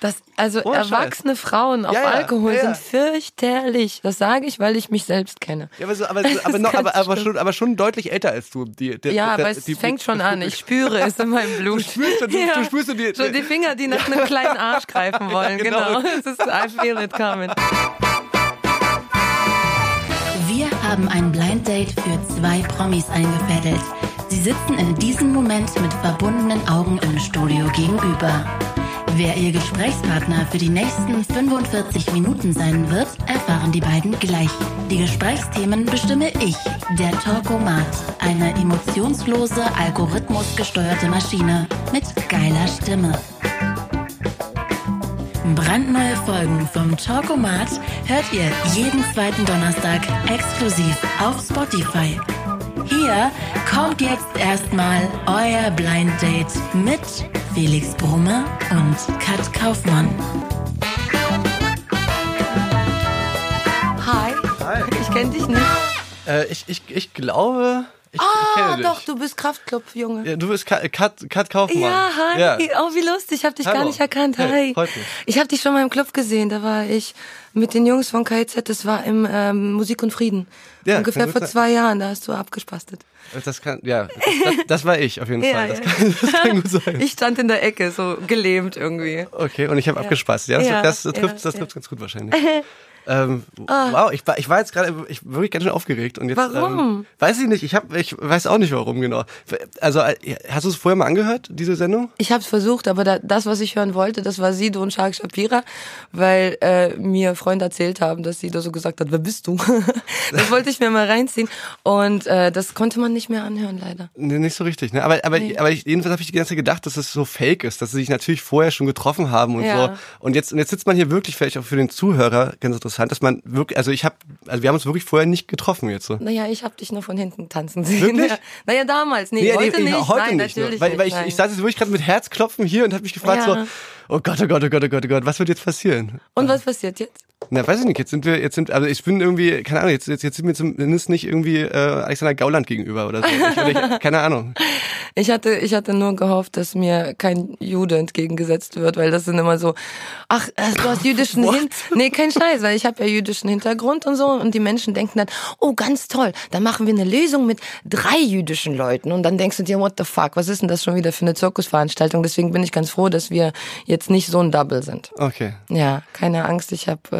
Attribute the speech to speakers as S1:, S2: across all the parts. S1: Das, also
S2: Ohne Scheiß.
S1: erwachsene Frauen auf
S2: Ja, ja,
S1: Alkohol
S2: ja, ja.
S1: sind fürchterlich. Das sage ich, weil ich mich selbst kenne.
S2: Ja, aber, so, aber,
S1: Das
S2: aber,
S1: ist
S2: noch,
S1: ganz
S2: aber, aber,
S1: schlimm.
S2: schon, aber schon deutlich älter als du. Die, die,
S1: Ja,
S2: die-
S1: aber es
S2: die-
S1: fängt schon an. Ich spüre es in meinem Blut.
S2: spürst schon- du-
S1: ja.
S2: du spürst schon die-
S1: schon die Finger, die nach einem kleinen Arsch greifen wollen.
S2: genau.
S1: genau. Es ist I feel it coming.
S3: Wir haben ein Blind Date für zwei Promis eingefädelt. Sie sitzen in diesem Moment mit verbundenen Augen im Studio gegenüber. Wer ihr Gesprächspartner für die nächsten 45 Minuten sein wird, erfahren die beiden gleich. Die Gesprächsthemen bestimme ich, der Talkomat, eine emotionslose, algorithmusgesteuerte Maschine mit geiler Stimme. Brandneue Folgen vom Talkomat hört ihr jeden zweiten Donnerstag exklusiv auf Spotify. Hier kommt jetzt erstmal euer Blind Date mit Felix Brummer und Kat Kaufmann.
S1: Hi. Ich kenne dich nicht.
S2: Äh, ich, ich, ich glaube, ich, ich
S1: Ah,
S2: kenne
S1: doch,
S2: dich.
S1: du bist Kraftklub-Junge.
S2: Ja, du bist Kat, Kat, Kat Kaufmann.
S1: Ja, hi.
S2: Ja.
S1: Oh, wie lustig. Ich habe dich
S2: Hallo.
S1: gar nicht erkannt. Hi.
S2: Hey, freut mich.
S1: Ich habe dich schon mal im Club gesehen. Da war ich mit den Jungs von KIZ. Das war im ähm, Musik und Frieden.
S2: Ja,
S1: Ungefähr
S2: kann gut
S1: vor
S2: sein.
S1: zwei Jahren. Da hast du abgespastet.
S2: Das kann, ja, das, das war ich auf jeden
S1: Ja,
S2: Fall. Das,
S1: ja.
S2: kann, das kann gut sein.
S1: Ich stand in der Ecke, so gelähmt irgendwie.
S2: Okay, und ich habe abgespaßt. Ja, das,
S1: Ja,
S2: das, das
S1: ja,
S2: trifft das
S1: ja. Ah.
S2: trifft ganz gut wahrscheinlich. ähm, Wow, ich war, ich war jetzt gerade ich war wirklich ganz schön aufgeregt und jetzt.
S1: Warum?
S2: Ähm, weiß ich nicht. Ich habe, ich weiß auch nicht warum genau. Also äh, hast du es vorher mal angehört diese Sendung?
S1: Ich habe es versucht, aber da, das, was ich hören wollte, das war Sido und Shark Shapira, weil äh, mir Freunde erzählt haben, dass Sido so gesagt hat, wer bist du? das wollte ich mir mal reinziehen und äh, das konnte man nicht mehr anhören, leider.
S2: Nee, nicht so richtig. Ne? Aber, aber, aber ich, jedenfalls habe ich die ganze Zeit gedacht, dass es so fake ist, dass sie sich natürlich vorher schon getroffen haben und
S1: Ja.
S2: so. Und jetzt, und jetzt sitzt man hier wirklich, vielleicht auch für den Zuhörer ganz interessant, dass man wirklich, also ich habe, also wir haben uns wirklich vorher nicht getroffen jetzt so.
S1: Naja, ich habe dich nur von hinten tanzen sehen.
S2: Wirklich?
S1: Ja. Naja, damals, nee,
S2: Nee,
S1: heute
S2: nee,
S1: nicht.
S2: Heute
S1: Nein,
S2: nicht. ne?
S1: natürlich
S2: weil,
S1: nicht.
S2: weil ich,
S1: nein.
S2: ich saß jetzt wirklich gerade mit Herzklopfen hier und habe mich gefragt
S1: Ja.
S2: so, oh Gott, oh Gott, oh Gott, oh Gott, oh Gott, was wird jetzt passieren?
S1: und was passiert jetzt?
S2: Na, weiß ich nicht, jetzt sind wir, jetzt sind, also ich bin irgendwie, keine Ahnung, jetzt, jetzt, jetzt sind wir zumindest nicht irgendwie äh, Alexander Gauland gegenüber oder so. Ich, oder ich, keine Ahnung.
S1: Ich hatte, ich hatte nur gehofft, dass mir kein Jude entgegengesetzt wird, weil das sind immer so, ach, äh, du hast jüdischen Hintergrund. Nee, kein Scheiß, weil ich habe ja jüdischen Hintergrund und so. Und die Menschen denken dann, oh, ganz toll, dann machen wir eine Lösung mit drei jüdischen Leuten. Und dann denkst du dir, what the fuck, was ist denn das schon wieder für eine Zirkusveranstaltung? Deswegen bin ich ganz froh, dass wir jetzt nicht so ein Double sind.
S2: Okay.
S1: Ja, keine Angst, ich habe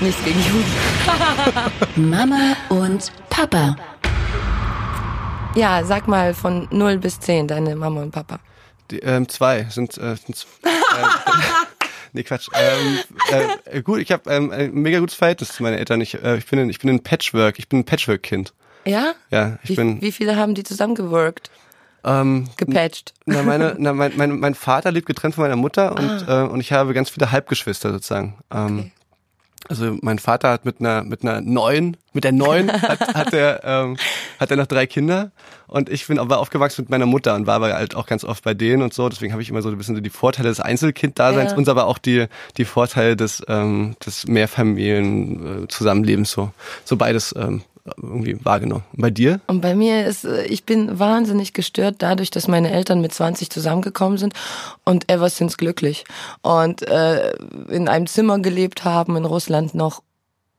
S1: äh, nichts gegen Juden.
S3: Mama und Papa.
S1: Ja, sag mal von 0 bis 10, deine Mama und Papa.
S2: Die, ähm, zwei sind. Äh, sind äh, nee, Quatsch. Ähm, äh, gut, ich habe ähm, ein mega gutes Verhältnis zu meinen Eltern. Ich, äh, ich, bin, ein- ich bin ein Patchwork. Ich bin ein Patchwork-Kind.
S1: Ja?
S2: Ja, ich
S1: Wie,
S2: bin.
S1: wie viele haben die zusammengeworkt,
S2: Ähm,
S1: gepatcht?
S2: na, meine, na, mein, mein, mein Vater lebt getrennt von meiner Mutter und,
S1: Ah.
S2: äh, und ich habe ganz viele Halbgeschwister sozusagen. Ähm, Also mein Vater hat mit einer mit einer neun, mit der neun hat, hat er ähm, hat er noch drei Kinder und ich bin aber aufgewachsen mit meiner Mutter und war aber halt auch ganz oft bei denen und so. Deswegen habe ich immer so ein bisschen die Vorteile des Einzelkind-Daseins
S1: Ja.
S2: und aber auch die die Vorteile des ähm, des Mehrfamilien-Zusammenlebens so so beides ähm, irgendwie wahrgenommen. Und bei dir?
S1: Und bei mir ist, äh, ich bin wahnsinnig gestört dadurch, dass meine Eltern mit 20 zusammengekommen sind und ever since glücklich. Und äh, in einem Zimmer gelebt haben, in Russland noch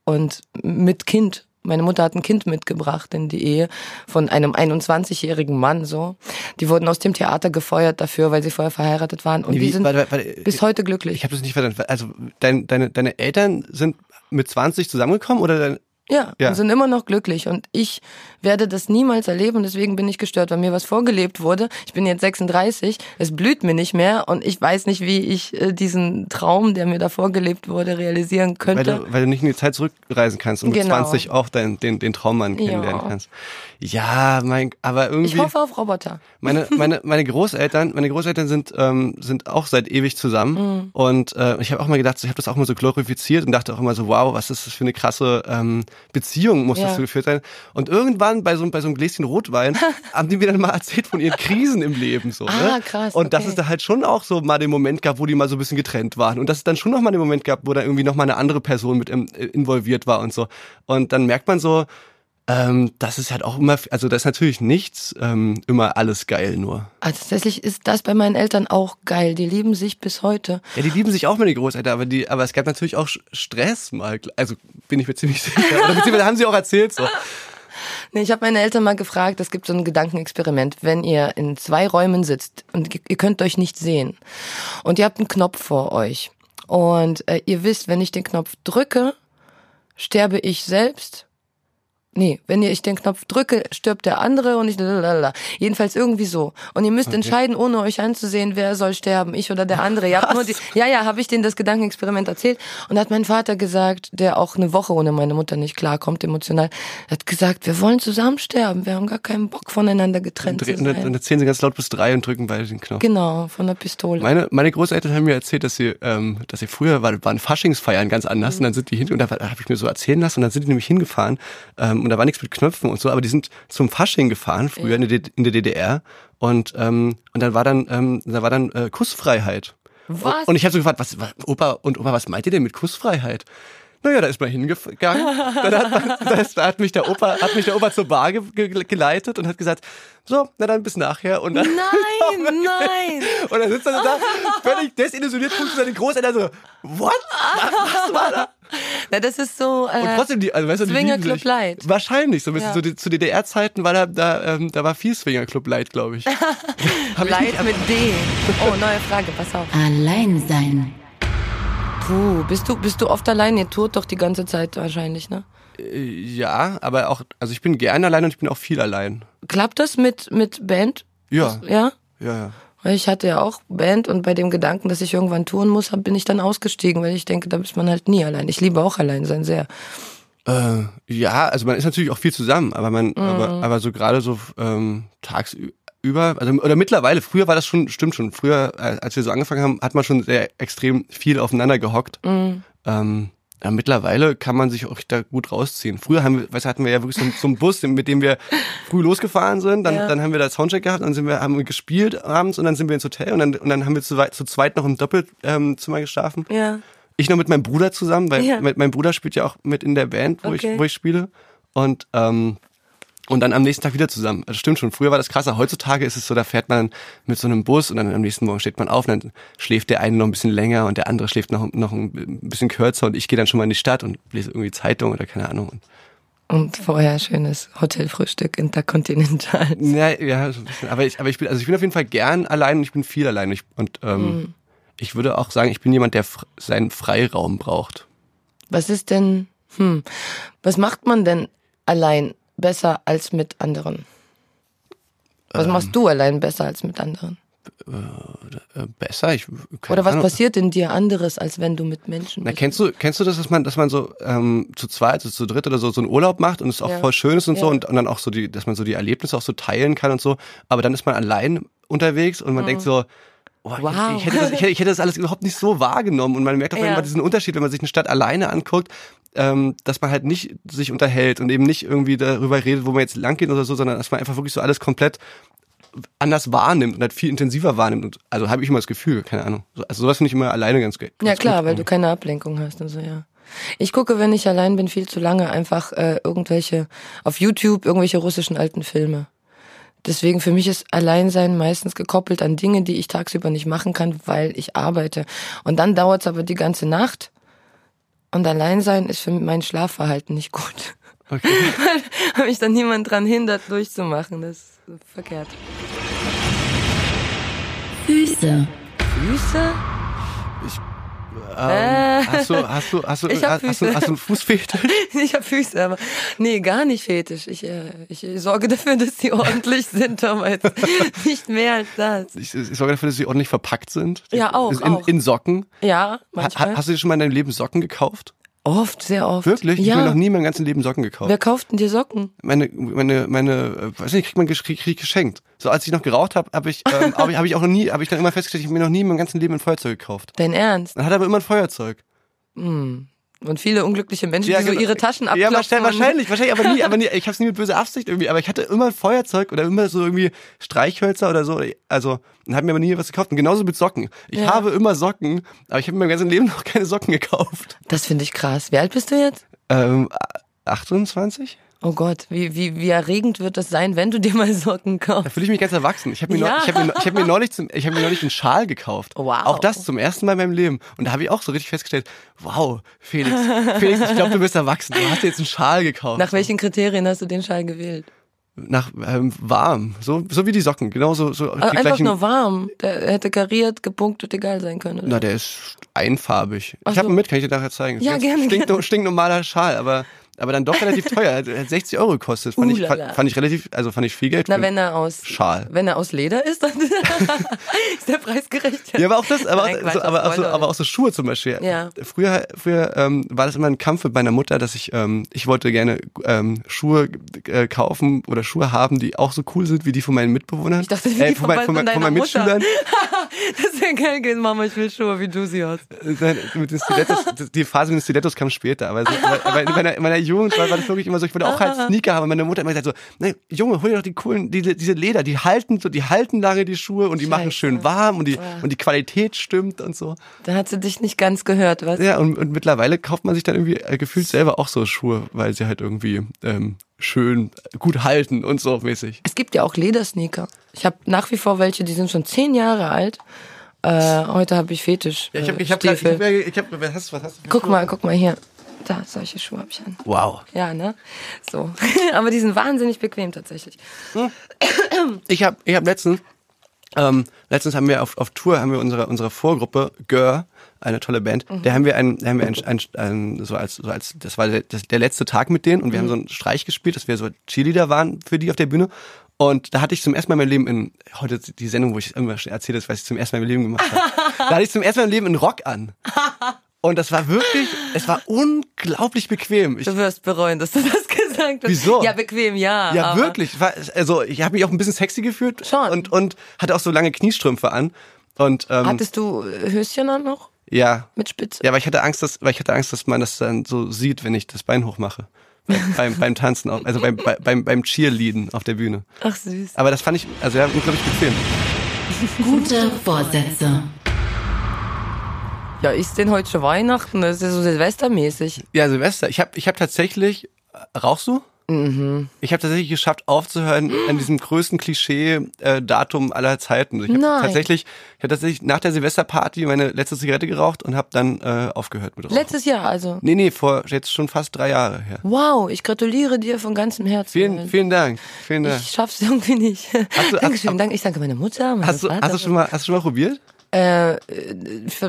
S1: und mit Kind. Meine Mutter hat ein Kind mitgebracht in die Ehe von einem 21-jährigen Mann, so. Die wurden aus dem Theater gefeuert dafür, weil sie vorher verheiratet waren. Und
S2: Nee,
S1: die
S2: wie-
S1: sind
S2: warte, warte, warte,
S1: bis heute glücklich.
S2: Ich habe das nicht verstanden. Also dein, deine deine Eltern sind mit 20 zusammengekommen oder dein,
S1: Ja,
S2: Ja.
S1: und sind immer noch glücklich. Und ich werde das niemals erleben, deswegen bin ich gestört, weil mir was vorgelebt wurde. Ich bin jetzt 36, es blüht mir nicht mehr und ich weiß nicht, wie ich äh, diesen Traum, der mir da vorgelebt wurde, realisieren
S2: Weil
S1: könnte.
S2: du, weil du nicht in die Zeit zurückreisen kannst und mit
S1: äh, Genau.
S2: 20 auch dein, den, den Traummann kennenlernen
S1: Ja.
S2: kannst. Ja, mein, aber irgendwie.
S1: Ich hoffe auf Roboter.
S2: Meine, meine, meine Großeltern, meine Großeltern sind, ähm, sind auch seit ewig zusammen.
S1: Mhm.
S2: Und äh, ich habe auch mal gedacht, so, ich habe das auch mal so glorifiziert und dachte auch immer so, wow, was ist das für eine krasse ähm, Beziehung muss das
S1: Ja.
S2: so geführt sein. Und irgendwann bei so, bei so einem Gläschen Rotwein haben die mir dann mal erzählt von ihren Krisen im Leben. So,
S1: Ah,
S2: ne?
S1: krass,
S2: Und dass
S1: okay.
S2: es da halt schon auch so mal den Moment gab, wo die mal so ein bisschen getrennt waren. Und dass es dann schon noch mal den äh, Moment gab, wo da irgendwie noch mal eine andere Person mit im- involviert war und so. Und dann merkt man so, Ähm, das ist halt auch immer, also das ist natürlich nichts, ähm, immer alles geil nur.
S1: Also tatsächlich ist das bei meinen Eltern auch geil. Die lieben sich bis heute.
S2: Ja, die lieben sich auch meine Großeltern, aber die, aber es gab natürlich auch Sch- Stress mal. Also bin ich mir ziemlich sicher. Oder beziehungsweise haben sie auch erzählt so.
S1: Ah, Nee, ich habe meine Eltern mal gefragt, es gibt so ein Gedankenexperiment, wenn ihr in zwei Räumen sitzt und ihr könnt euch nicht sehen und ihr habt einen Knopf vor euch und äh, ihr wisst, wenn ich den Knopf drücke, sterbe ich selbst. Nee, wenn ihr ich den Knopf drücke, stirbt der andere und ich lalalala. Jedenfalls irgendwie so. Und ihr müsst entscheiden, ohne euch anzusehen, wer soll sterben, ich oder der andere. Ihr habt nur die, ja, ja, habe ich denen das Gedankenexperiment erzählt. Und hat mein Vater gesagt, der auch eine Woche ohne meine Mutter nicht klarkommt, emotional, hat gesagt, wir wollen zusammen sterben. Wir haben gar keinen Bock voneinander
S2: Und,
S1: getrennt
S2: dre-
S1: zu
S2: und, dann- und
S1: sein.
S2: dann zählen sie ganz laut bis drei und drücken beide den Knopf.
S1: Genau, von der Pistole.
S2: Meine, meine Großeltern haben mir erzählt, dass sie, ähm, dass sie früher war- waren Faschingsfeiern ganz
S1: Mhm.
S2: anders und dann sind die hin und da habe ich mir so erzählen lassen und dann sind die nämlich hingefahren ähm, und da war nichts mit Knöpfen und so, aber die sind zum Fasching gefahren früher in, der, D- in der DDR und ähm, und dann war dann ähm, da war dann äh, Kussfreiheit.
S1: Was?
S2: Und ich habe so gefragt, was, was Opa und Oma, was meint ihr denn mit Kussfreiheit? Naja, da ist man hingegangen. Dann hat, man, da ist, da hat mich der Opa, hat mich der Opa zur Bar ge ge geleitet und hat gesagt, so, na dann bis nachher und dann.
S1: Nein, nein.
S2: Und dann sitzt er so da, völlig desillusioniert, guckt zu seinen Großeltern so, what? Was war da?
S1: Na, das ist so. Äh,
S2: Und trotzdem, die, also weißt du, die
S1: Swinger
S2: lieben sich.
S1: Club Light.
S2: Wahrscheinlich, so ein bisschen
S1: Ja.
S2: so die, zu DDR-Zeiten war da, da, ähm, da war viel Swinger Club Light, glaube ich. Hab ich
S1: Light
S2: nicht-
S1: mit D. Oh, neue Frage, pass auf.
S3: Allein sein.
S1: Puh, bist du, bist du oft allein? Ihr tourt doch die ganze Zeit wahrscheinlich, ne?
S2: äh, ja, aber auch, also ich bin gerne allein und ich bin auch viel allein.
S1: Klappt das mit, mit Band?
S2: Ja,
S1: Ja?
S2: ja, ja.
S1: Weil ich hatte ja auch Band und bei dem Gedanken, dass ich irgendwann touren muss, hab- bin ich dann ausgestiegen, weil ich denke, da ist man halt nie allein. Ich liebe auch allein sein sehr.
S2: Äh, ja, also man ist natürlich auch viel zusammen, aber man, aber, aber so gerade so ähm, tagsüber, also oder mittlerweile, früher war das schon, stimmt schon, früher, äh, als wir so angefangen haben, hat man schon sehr extrem viel aufeinander gehockt. Ähm, ja, mittlerweile kann man sich auch da gut rausziehen. Früher haben wir, weißt, du, hatten wir ja wirklich so, einen- so einen Bus, mit dem wir früh losgefahren sind, dann,
S1: Ja.
S2: dann haben wir da Soundcheck gehabt, dann sind wir, haben wir gespielt abends und dann sind wir ins Hotel und dann, und dann haben wir zu, wei- zu zweit noch im Doppelzimmer ähm, Zimmer geschlafen.
S1: Ja.
S2: Ich noch mit meinem Bruder zusammen, weil
S1: Ja.
S2: mein, mein Bruder spielt ja auch mit in der Band, wo,
S1: Okay.
S2: ich, wo ich spiele. Und, ähm, und dann am nächsten Tag wieder zusammen. Das stimmt schon, früher war das krasser. Heutzutage ist es so, da fährt man mit so einem Bus und dann am nächsten Morgen steht man auf und dann schläft der eine noch ein bisschen länger und der andere schläft noch, noch ein bisschen kürzer und ich gehe dann schon mal in die Stadt und lese irgendwie Zeitung oder keine Ahnung. Und,
S1: Und vorher schönes Hotelfrühstück Intercontinental.
S2: na, ja, so ein bisschen. Aber ich, aber ich bin, also ich bin auf jeden Fall gern allein und ich bin viel allein. Und, ich, und ähm,
S1: Mhm.
S2: ich würde auch sagen, ich bin jemand, der fr- seinen Freiraum braucht.
S1: Was ist denn, hm, was macht man denn allein besser als mit anderen? Was
S2: Ähm.
S1: machst du allein besser als mit anderen?
S2: Äh, besser, ich keine
S1: Oder was
S2: Ahnung.
S1: passiert in dir anderes, als wenn du mit Menschen
S2: Na,
S1: bist?
S2: kennst du, kennst du das, dass man, dass man so ähm, zu zweit, also zu dritt oder so, so einen Urlaub macht und es auch
S1: Ja.
S2: voll schön ist und so
S1: Ja.
S2: und, und dann auch so die, dass man so die Erlebnisse auch so teilen kann und so, aber dann ist man allein unterwegs und man denkt so, oh, ich-
S1: Mhm. Wow.
S2: ich, hätte das, ich, hätte, ich hätte das alles überhaupt nicht so wahrgenommen und man merkt auch
S1: Ja.
S2: immer diesen Unterschied, wenn man sich eine Stadt alleine anguckt, ähm, dass man halt nicht sich unterhält und eben nicht irgendwie darüber redet, wo man jetzt lang geht oder so, sondern dass man einfach wirklich so alles komplett anders wahrnimmt und halt viel intensiver wahrnimmt. Und, also habe ich immer das Gefühl, keine Ahnung. So- Also sowas finde ich immer alleine ganz geil.
S1: Ja klar, weil du keine Ablenkung hast und so, ja. Ich gucke, wenn ich allein bin, viel zu lange einfach äh, irgendwelche, auf YouTube irgendwelche russischen alten Filme. Deswegen für mich ist Alleinsein meistens gekoppelt an Dinge, die ich tagsüber nicht machen kann, weil ich arbeite. Und dann dauert's aber die ganze Nacht. Und Alleinsein ist für mein Schlafverhalten nicht gut.
S2: Okay.
S1: Weil mich dann niemand dran hindert, durchzumachen. Das ist verkehrt.
S3: Füße.
S1: Füße?
S2: Ähm, hast du, hast du, hast du,
S1: Ich hab
S2: hast, hast du,
S1: Füße.
S2: hast du einen Fußfetisch?
S1: Ich hab Füße, aber nee, gar nicht fetisch. Ich, äh, ich sorge dafür, dass die ordentlich sind, Thomas. nicht mehr als das.
S2: Ich, ich sorge dafür, dass sie ordentlich verpackt sind.
S1: Ja, auch,
S2: In,
S1: auch.
S2: in Socken.
S1: Ja,
S2: Ha,
S1: manchmal.
S2: ha- hast du dir schon mal in deinem Leben Socken gekauft?
S1: oft, sehr oft.
S2: Wirklich? Ich habe mir
S1: Ja.
S2: noch nie in meinem ganzen Leben Socken gekauft.
S1: Wer kauft denn dir Socken?
S2: Meine, meine, meine, äh, weiß nicht, kriegt man gesch- krieg, krieg geschenkt. So als ich noch geraucht habe, habe ich, ähm, habe ich, hab ich auch noch nie, habe ich dann immer festgestellt, ich habe mir noch nie in meinem ganzen Leben ein Feuerzeug gekauft.
S1: Dein Ernst?
S2: Dann hat er aber immer ein Feuerzeug.
S1: Und viele unglückliche Menschen, die so
S2: genau.
S1: ihre Taschen
S2: Ja,
S1: abklopfen. ne?
S2: wahrscheinlich,
S1: und-
S2: wahrscheinlich, wahrscheinlich, aber nie, aber nie, ich habe es nie mit böser Absicht irgendwie, aber ich hatte immer ein Feuerzeug oder immer so irgendwie Streichhölzer oder so, also und habe mir aber nie was gekauft und genauso mit Socken. Ich
S1: Ja.
S2: habe immer Socken, aber ich habe mir mein ganzes Leben noch keine Socken gekauft.
S1: Das finde ich krass. Wie alt bist du jetzt?
S2: Ähm, 28?
S1: Oh Gott, wie, wie, wie erregend wird das sein, wenn du dir mal Socken
S2: Da
S1: kaufst.
S2: fühle ich mich ganz erwachsen. Ich habe mir,
S1: Ja.
S2: neu- ich hab mir, ich hab mir neulich zum, ich habe mir neulich einen Schal gekauft.
S1: Wow.
S2: Auch das zum ersten Mal in meinem Leben. Und da habe ich auch so richtig festgestellt: Wow, Felix, Felix, ich glaube, du bist erwachsen. Du hast dir jetzt einen Schal gekauft.
S1: Nach welchen Kriterien hast du den Schal gewählt?
S2: Nach ähm, warm, so so wie die Socken, genau so so die
S1: Also einfach
S2: gleichen.
S1: nur warm. Der hätte kariert, gepunktet, egal sein können. Oder?
S2: Na, der ist einfarbig.
S1: Ach
S2: Ich habe
S1: so.
S2: ihn mit, kann ich dir nachher zeigen. Ist
S1: Ja,
S2: ganz
S1: gerne,
S2: Stink, Stinknormaler Schal, aber aber dann doch relativ teuer. Also Hat hat 60 Euro gekostet. Fand ich
S1: Uhlala.
S2: fand, fand ich relativ, also fand ich viel Geld. für
S1: Uh, Na,
S2: einen
S1: wenn er aus
S2: Schal.
S1: wenn er aus Leder ist, dann ist der Preis gerecht.
S2: Ja, aber auch das, aber,
S1: Nein,
S2: auch,
S1: Quatsch,
S2: so, aber,
S1: das
S2: auch so,
S1: wollen wir
S2: aber auch so Schuhe zum Beispiel.
S1: Ja.
S2: Früher, früher ähm, war das immer ein Kampf mit meiner Mutter, dass ich, ähm, ich wollte gerne ähm, Schuhe äh, kaufen oder Schuhe haben, die auch so cool sind wie die von meinen Mitbewohnern. Äh,
S1: Ich dachte, wie die von
S2: meinen-
S1: meinen- von
S2: meinen- meinen
S1: deiner
S2: Mitschülern.
S1: Das wäre geil gewesen, Mama, ich will Schuhe, wie du sie hast.
S2: Äh, nein, mit den Stilettos, die Phase mit den Stilettos kam später, aber so, aber in meiner, in meiner Jugend war, war das wirklich immer so, ich wollte auch halt Sneaker haben. Und Meine Mutter hat immer gesagt so, nee, Junge, hol dir doch die coolen, diese, diese Leder, die halten so, die halten lange die Schuhe und die machen
S1: Scheiße.
S2: schön warm und die,
S1: Ja.
S2: und die Qualität stimmt und so.
S1: Da hat sie dich nicht ganz gehört, was?
S2: Ja, und, und mittlerweile kauft man sich dann irgendwie äh, gefühlt selber auch so Schuhe, weil sie halt irgendwie ähm, schön gut halten und so mäßig.
S1: Es gibt ja auch Ledersneaker. Ich habe nach wie vor welche, die sind schon zehn Jahre alt. Äh, heute habe ich Fetisch. Ja, Stiefel.
S2: ich hab, was hast, was hast du?
S1: guck mal, guck mal hier. Da, solche Schuhe habe ich an.
S2: Wow.
S1: Ja, ne? So. Aber die sind wahnsinnig bequem tatsächlich.
S2: Ich hab, ich hab letztens, ähm, letztens haben wir auf, auf Tour, haben wir unsere, unsere Vorgruppe, Gör, eine tolle Band, da haben wir einen, da haben wir einen, einen, einen so als, so als, das war der, das, der letzte Tag mit denen und wir haben so einen Streich gespielt, dass wir so Cheerleader waren für die auf der Bühne. Und da hatte ich zum ersten Mal in meinem Leben in, heute die Sendung, wo ich immer erzähle, das, was ich zum ersten Mal in meinem Leben gemacht habe. da hatte ich zum ersten Mal im Leben einen Rock an. Und das war wirklich, es war unglaublich bequem. Ich,
S1: Du wirst bereuen, dass du das gesagt hast.
S2: Wieso?
S1: Ja, bequem, ja.
S2: ja,
S1: aber-
S2: wirklich. War- Also ich habe mich auch ein bisschen sexy gefühlt
S1: Schon.
S2: und und hatte auch so lange Kniestrümpfe an und ähm,
S1: Hattest du äh, Höschen an noch?
S2: ja,
S1: Mit Spitze?
S2: ja, aber ich hatte Angst, dass, weil ich hatte Angst, dass man das dann so sieht, wenn ich das Bein hochmache beim, beim, beim Tanzen, auf, also beim, bei- beim beim Cheerleaden auf der Bühne.
S1: Ach süß.
S2: Aber das fand ich, also ja, unglaublich bequem.
S3: Gute Vorsätze.
S1: Ja, ist denn heute schon Weihnachten? Das ist ja so silvestermäßig.
S2: Ja, Silvester, ich habe ich hab tatsächlich, äh, rauchst du? Mhm. Ich habe tatsächlich geschafft, aufzuhören an diesem größten Klischee-Datum aller Zeiten. Ich
S1: Nein.
S2: habe tatsächlich, ich hab tatsächlich nach der Silvesterparty meine letzte Zigarette geraucht und habe dann äh, aufgehört mit Rauchen.
S1: Letztes Jahr also.
S2: nee, nee, vor jetzt schon fast drei Jahre her.
S1: Wow, ich gratuliere dir von ganzem Herzen. Also,
S2: Vielen, vielen Dank. Vielen Dank.
S1: ich schaff's irgendwie nicht.
S2: hast-
S1: Dankeschön,
S2: hab-
S1: danke. Ich danke meiner Mutter, meinem
S2: Hast du,
S1: Vater.
S2: hast, du schon mal, hast du schon mal probiert?
S1: F-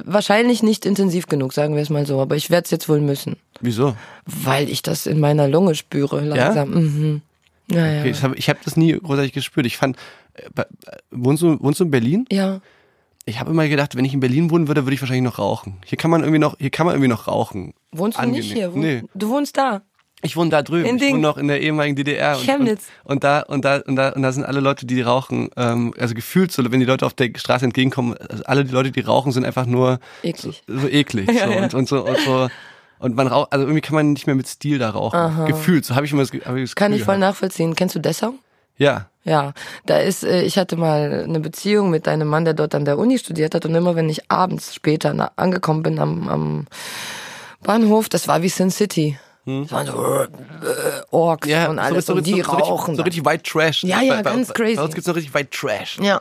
S1: Wahrscheinlich nicht intensiv genug, sagen wir es mal so. Aber ich werde es jetzt wohl müssen,
S2: Wieso?
S1: weil ich das in meiner Lunge spüre langsam. Ja? Mhm. Naja.
S2: Okay, ich habe ich hab das nie großartig gespürt. Ich fand, äh, bei- äh, wohnst du, wohnst du in Berlin?
S1: Ja.
S2: Ich habe immer gedacht, wenn ich in Berlin wohnen würde, würde ich wahrscheinlich noch rauchen. Hier kann man irgendwie noch, hier kann man irgendwie noch rauchen.
S1: Wohnst du
S2: Angenehm.
S1: nicht hier? Wo-
S2: Nee.
S1: Du wohnst da.
S2: Ich wohne da drüben.
S1: In
S2: ich
S1: Ding.
S2: wohne noch in der ehemaligen DDR. Und,
S1: Chemnitz.
S2: Und, und da und da und da und da sind alle Leute, die rauchen. Ähm, also gefühlt so, wenn die Leute auf der Straße entgegenkommen, also alle die Leute, die rauchen, sind einfach nur
S1: Eklig.
S2: So, so eklig. so, Und, und so und so. Und man raucht, also irgendwie kann man nicht mehr mit Stil da rauchen. Gefühlt, so habe ich immer das, Ge- hab ich das
S1: Kann
S2: Gefühl
S1: ich voll
S2: gehabt.
S1: nachvollziehen. Kennst du Dessau?
S2: Ja.
S1: Ja, da ist, äh, ich hatte mal eine Beziehung mit einem Mann, der dort an der Uni studiert hat und immer wenn ich abends später na, angekommen bin am, am Bahnhof, das war wie Sin City. Das waren so äh, äh, Orks
S2: Hm. Ja,
S1: und alles und die
S2: richtig-
S1: rauchen.
S2: So richtig White Trash.
S1: Ja, ja,
S2: Bei- bei-
S1: ganz crazy.
S2: Bei uns gibt's noch richtig White Trash.
S1: ja.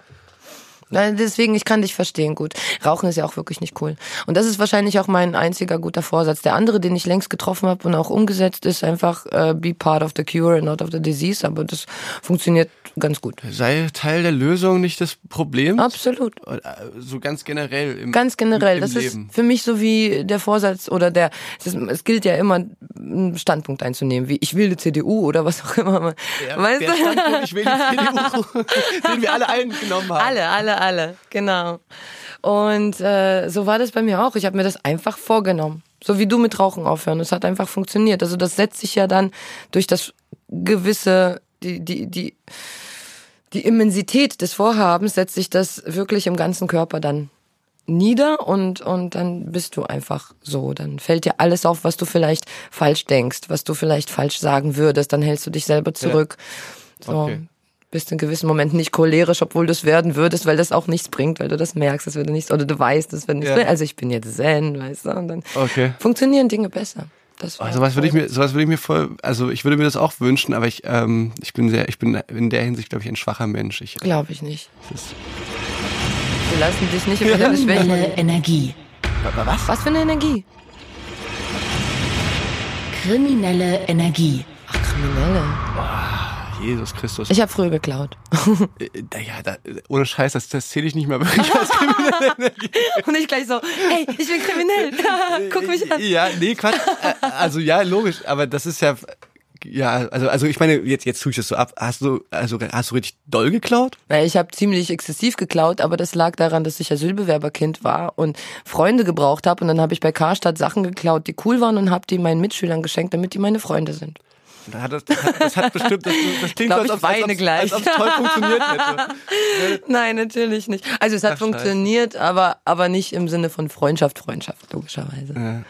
S1: Na, Deswegen, ich kann dich verstehen, gut. Rauchen ist ja auch wirklich nicht cool. Und das ist wahrscheinlich auch mein einziger guter Vorsatz. Der andere, den ich längst getroffen habe und auch umgesetzt, ist einfach äh, be part of the cure and not of the disease. Aber das funktioniert ganz gut.
S2: Sei Teil der Lösung nicht das Problem.
S1: Absolut.
S2: äh, So ganz generell. Im,
S1: Ganz generell,
S2: im, im
S1: das
S2: Leben.
S1: ist für mich so wie der Vorsatz oder der, es, ist, es gilt ja immer, einen Standpunkt einzunehmen, wie ich will die CDU oder was auch immer. man-
S2: Der,
S1: weißt
S2: der
S1: du?
S2: Standpunkt, ich will die CDU, den wir alle eingenommen haben.
S1: Alle, alle, alle, genau. Und äh, so war das bei mir auch. Ich habe mir das einfach vorgenommen. So wie du mit Rauchen aufhören. Es hat einfach funktioniert. Also das setzt sich ja dann durch das gewisse, die, die, die, die Immensität des Vorhabens setzt sich das wirklich im ganzen Körper dann nieder und, und dann bist du einfach so. Dann fällt dir alles auf, was du vielleicht falsch denkst, was du vielleicht falsch sagen würdest. Dann hältst du dich selber zurück. So.
S2: Okay.
S1: Bist in gewissen Momenten nicht cholerisch, obwohl du es werden würdest, weil das auch nichts bringt, weil du das merkst, es würde nichts, oder du weißt, es wird nichts
S2: Ja.
S1: bringen. Also ich bin jetzt Zen, weißt du, und dann
S2: Okay.
S1: funktionieren Dinge besser. Das war
S2: Also sowas würde ich mir, sowas würde ich mir voll, also ich würde mir das auch wünschen, aber ich, ähm, ich bin sehr, ich bin in der Hinsicht, glaube ich, ein schwacher Mensch. Ich,
S1: Glaube ich nicht.
S2: das,
S1: Wir lassen dich nicht über deine Schwächen.
S3: Kriminelle Energie.
S2: was?
S1: Was für eine Energie?
S3: Kriminelle Energie.
S1: Ach, Kriminelle.
S2: Jesus Christus.
S1: Ich habe früher geklaut.
S2: Äh, da- ja, da, ohne Scheiß, das, das zähle ich nicht mehr wirklich als
S1: Und ich gleich so, hey, ich bin kriminell. Guck mich an.
S2: Ja, nee, Quatsch. Äh, Also ja, logisch, aber das ist ja. Ja, also, also ich meine, jetzt, jetzt tue ich das so ab. Hast du, also hast du richtig doll geklaut?
S1: Na, ich habe ziemlich exzessiv geklaut, aber das lag daran, dass ich Asylbewerberkind war und Freunde gebraucht habe. Und dann habe ich bei Karstadt Sachen geklaut, die cool waren und habe die meinen Mitschülern geschenkt, damit die meine Freunde sind.
S2: Da hat Das, das hat- das hat bestimmt, das, das klingt
S1: Glaub,
S2: so, als
S1: ich
S2: ob
S1: weine
S2: als, ob's-
S1: gleich.
S2: als ob's toll funktioniert hätte.
S1: Nein, natürlich nicht. Also es hat
S2: Ach,
S1: funktioniert, aber, aber nicht im Sinne von Freundschaft, Freundschaft, logischerweise.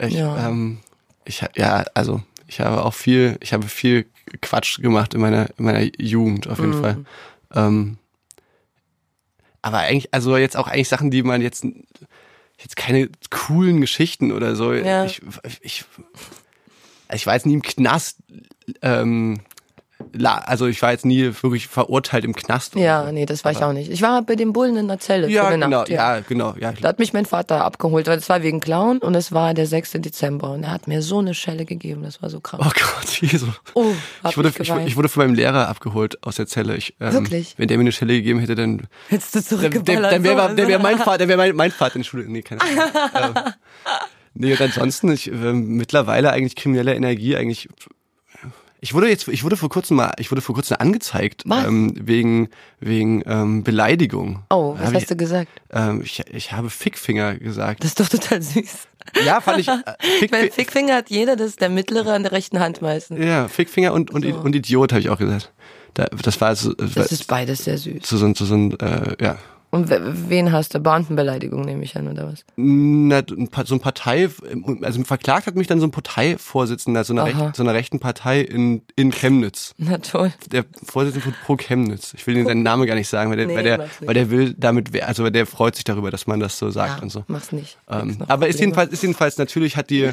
S2: Ich,
S1: Ja.
S2: ähm, ich, ha- ja, also ich habe auch viel, ich habe viel Quatsch gemacht in meiner, in meiner Jugend auf
S1: Mhm.
S2: jeden Fall. Ähm, aber eigentlich, also jetzt auch eigentlich Sachen, die man jetzt, jetzt keine coolen Geschichten oder so.
S1: Ja.
S2: Ich, ich, also ich war jetzt nie im Knast, ähm, la, also ich war jetzt nie wirklich verurteilt im Knast. oder
S1: Ja,
S2: so.
S1: nee, das war ich auch nicht. Ich war bei dem Bullen in der Zelle. für
S2: Ja,
S1: eine
S2: genau,
S1: Nacht,
S2: ja, genau, ja.
S1: Da hat mich mein Vater abgeholt, weil es war wegen Clown und es war der 6. Dezember und er hat mir so eine Schelle gegeben, das war so krass.
S2: Oh Gott, Jesus.
S1: Oh, hab
S2: ich, wurde,
S1: ich
S2: ich,
S1: geweint.
S2: wurde- ich wurde von meinem Lehrer abgeholt aus der Zelle. Ich, ähm,
S1: Wirklich?
S2: Wenn der mir eine Schelle gegeben hätte, dann,
S1: Hättest du
S2: dann, dann,
S1: zurückgeballert.
S2: dann wäre
S1: so.
S2: wär mein Vater, der wäre mein, mein Vater in der Schule. Nee, keine Ahnung. ähm, nee, und ansonsten, ich, ähm, mittlerweile eigentlich kriminelle Energie eigentlich. äh, Ich wurde jetzt, ich wurde vor kurzem mal, ich wurde vor kurzem angezeigt
S1: Was?
S2: ähm, wegen wegen ähm, Beleidigung.
S1: Oh,
S2: Hab
S1: was hast
S2: ich,
S1: du gesagt?
S2: Ähm, ich, ich habe Fickfinger gesagt.
S1: Das ist doch total süß.
S2: ja, fand ich. Äh,
S1: Ich meine,
S2: Fickfi-
S1: Fickfinger hat jeder, das ist der mittlere an der rechten Hand meistens.
S2: Ja, Fickfinger und, und, und Idiot, habe ich auch gesagt. Da, das war so,
S1: Das ist beides sehr süß.
S2: so, so, so, so ein, äh, ja.
S1: Und we- wen hast du? Beamtenbeleidigung nehme ich an, oder was?
S2: Na, ein Pa- so ein Partei, also verklagt hat mich dann so ein Parteivorsitzender, so einer,
S1: Aha.
S2: recht, so einer rechten Partei in, in Chemnitz.
S1: Na toll.
S2: Der Vorsitzende von Pro Chemnitz. Ich will den seinen Namen gar nicht sagen, weil der,
S1: Nee,
S2: weil der,
S1: mach's nicht.
S2: weil der will damit, wer- also der freut sich darüber, dass man das so sagt und so.
S1: Mach's nicht.
S2: Ähm,
S1: Kriegst noch
S2: aber ist
S1: Probleme.
S2: jedenfalls, ist jedenfalls natürlich hat die,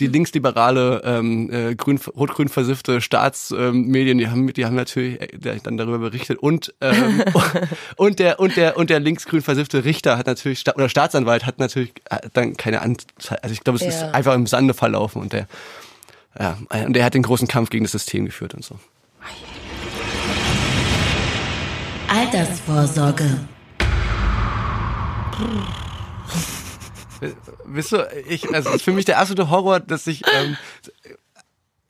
S2: die linksliberale, ähm, äh, grün, rot-grün versiffte Staatsmedien, ähm, Medien, die haben, die haben natürlich äh, da- dann darüber berichtet und, ähm, und der, und der, und der linksgrün versiffte Richter hat natürlich, sta- oder Staatsanwalt hat natürlich äh, dann keine Anzeige, also ich glaube, es ist
S1: Ja.
S2: einfach im Sande verlaufen und der, ja, und der hat den großen Kampf gegen das System geführt und so.
S3: Altersvorsorge.
S2: Wisst du, ich, also das ist für mich der absolute Horror, dass ich, ähm,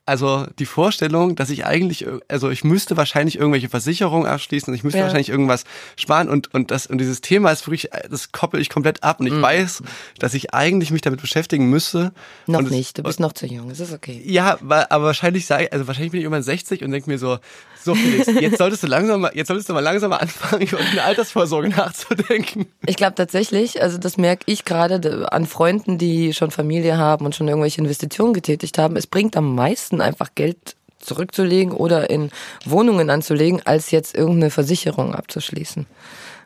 S2: also die Vorstellung, dass ich eigentlich, ir- also ich müsste wahrscheinlich irgendwelche Versicherungen abschließen, ich müsste
S1: Ja.
S2: wahrscheinlich irgendwas sparen und und das und dieses Thema ist wirklich, äh, das koppel ich komplett ab und
S1: Mhm.
S2: ich weiß, dass ich eigentlich mich damit beschäftigen müsste.
S1: Noch
S2: und es- äh,
S1: nicht, du bist noch zu jung, es ist okay.
S2: ja, wa- aber wahrscheinlich sei, also wahrscheinlich bin ich irgendwann 60 und denke mir so, so Felix, jetzt solltest du langsam mal, jetzt solltest du mal langsam mal anfangen, über eine Altersvorsorge nachzudenken.
S1: Ich glaube tatsächlich, also das merke ich gerade d- an Freunden, die schon Familie haben und schon irgendwelche Investitionen getätigt haben. Es bringt am meisten einfach Geld zurückzulegen oder in Wohnungen anzulegen, als jetzt irgendeine Versicherung abzuschließen.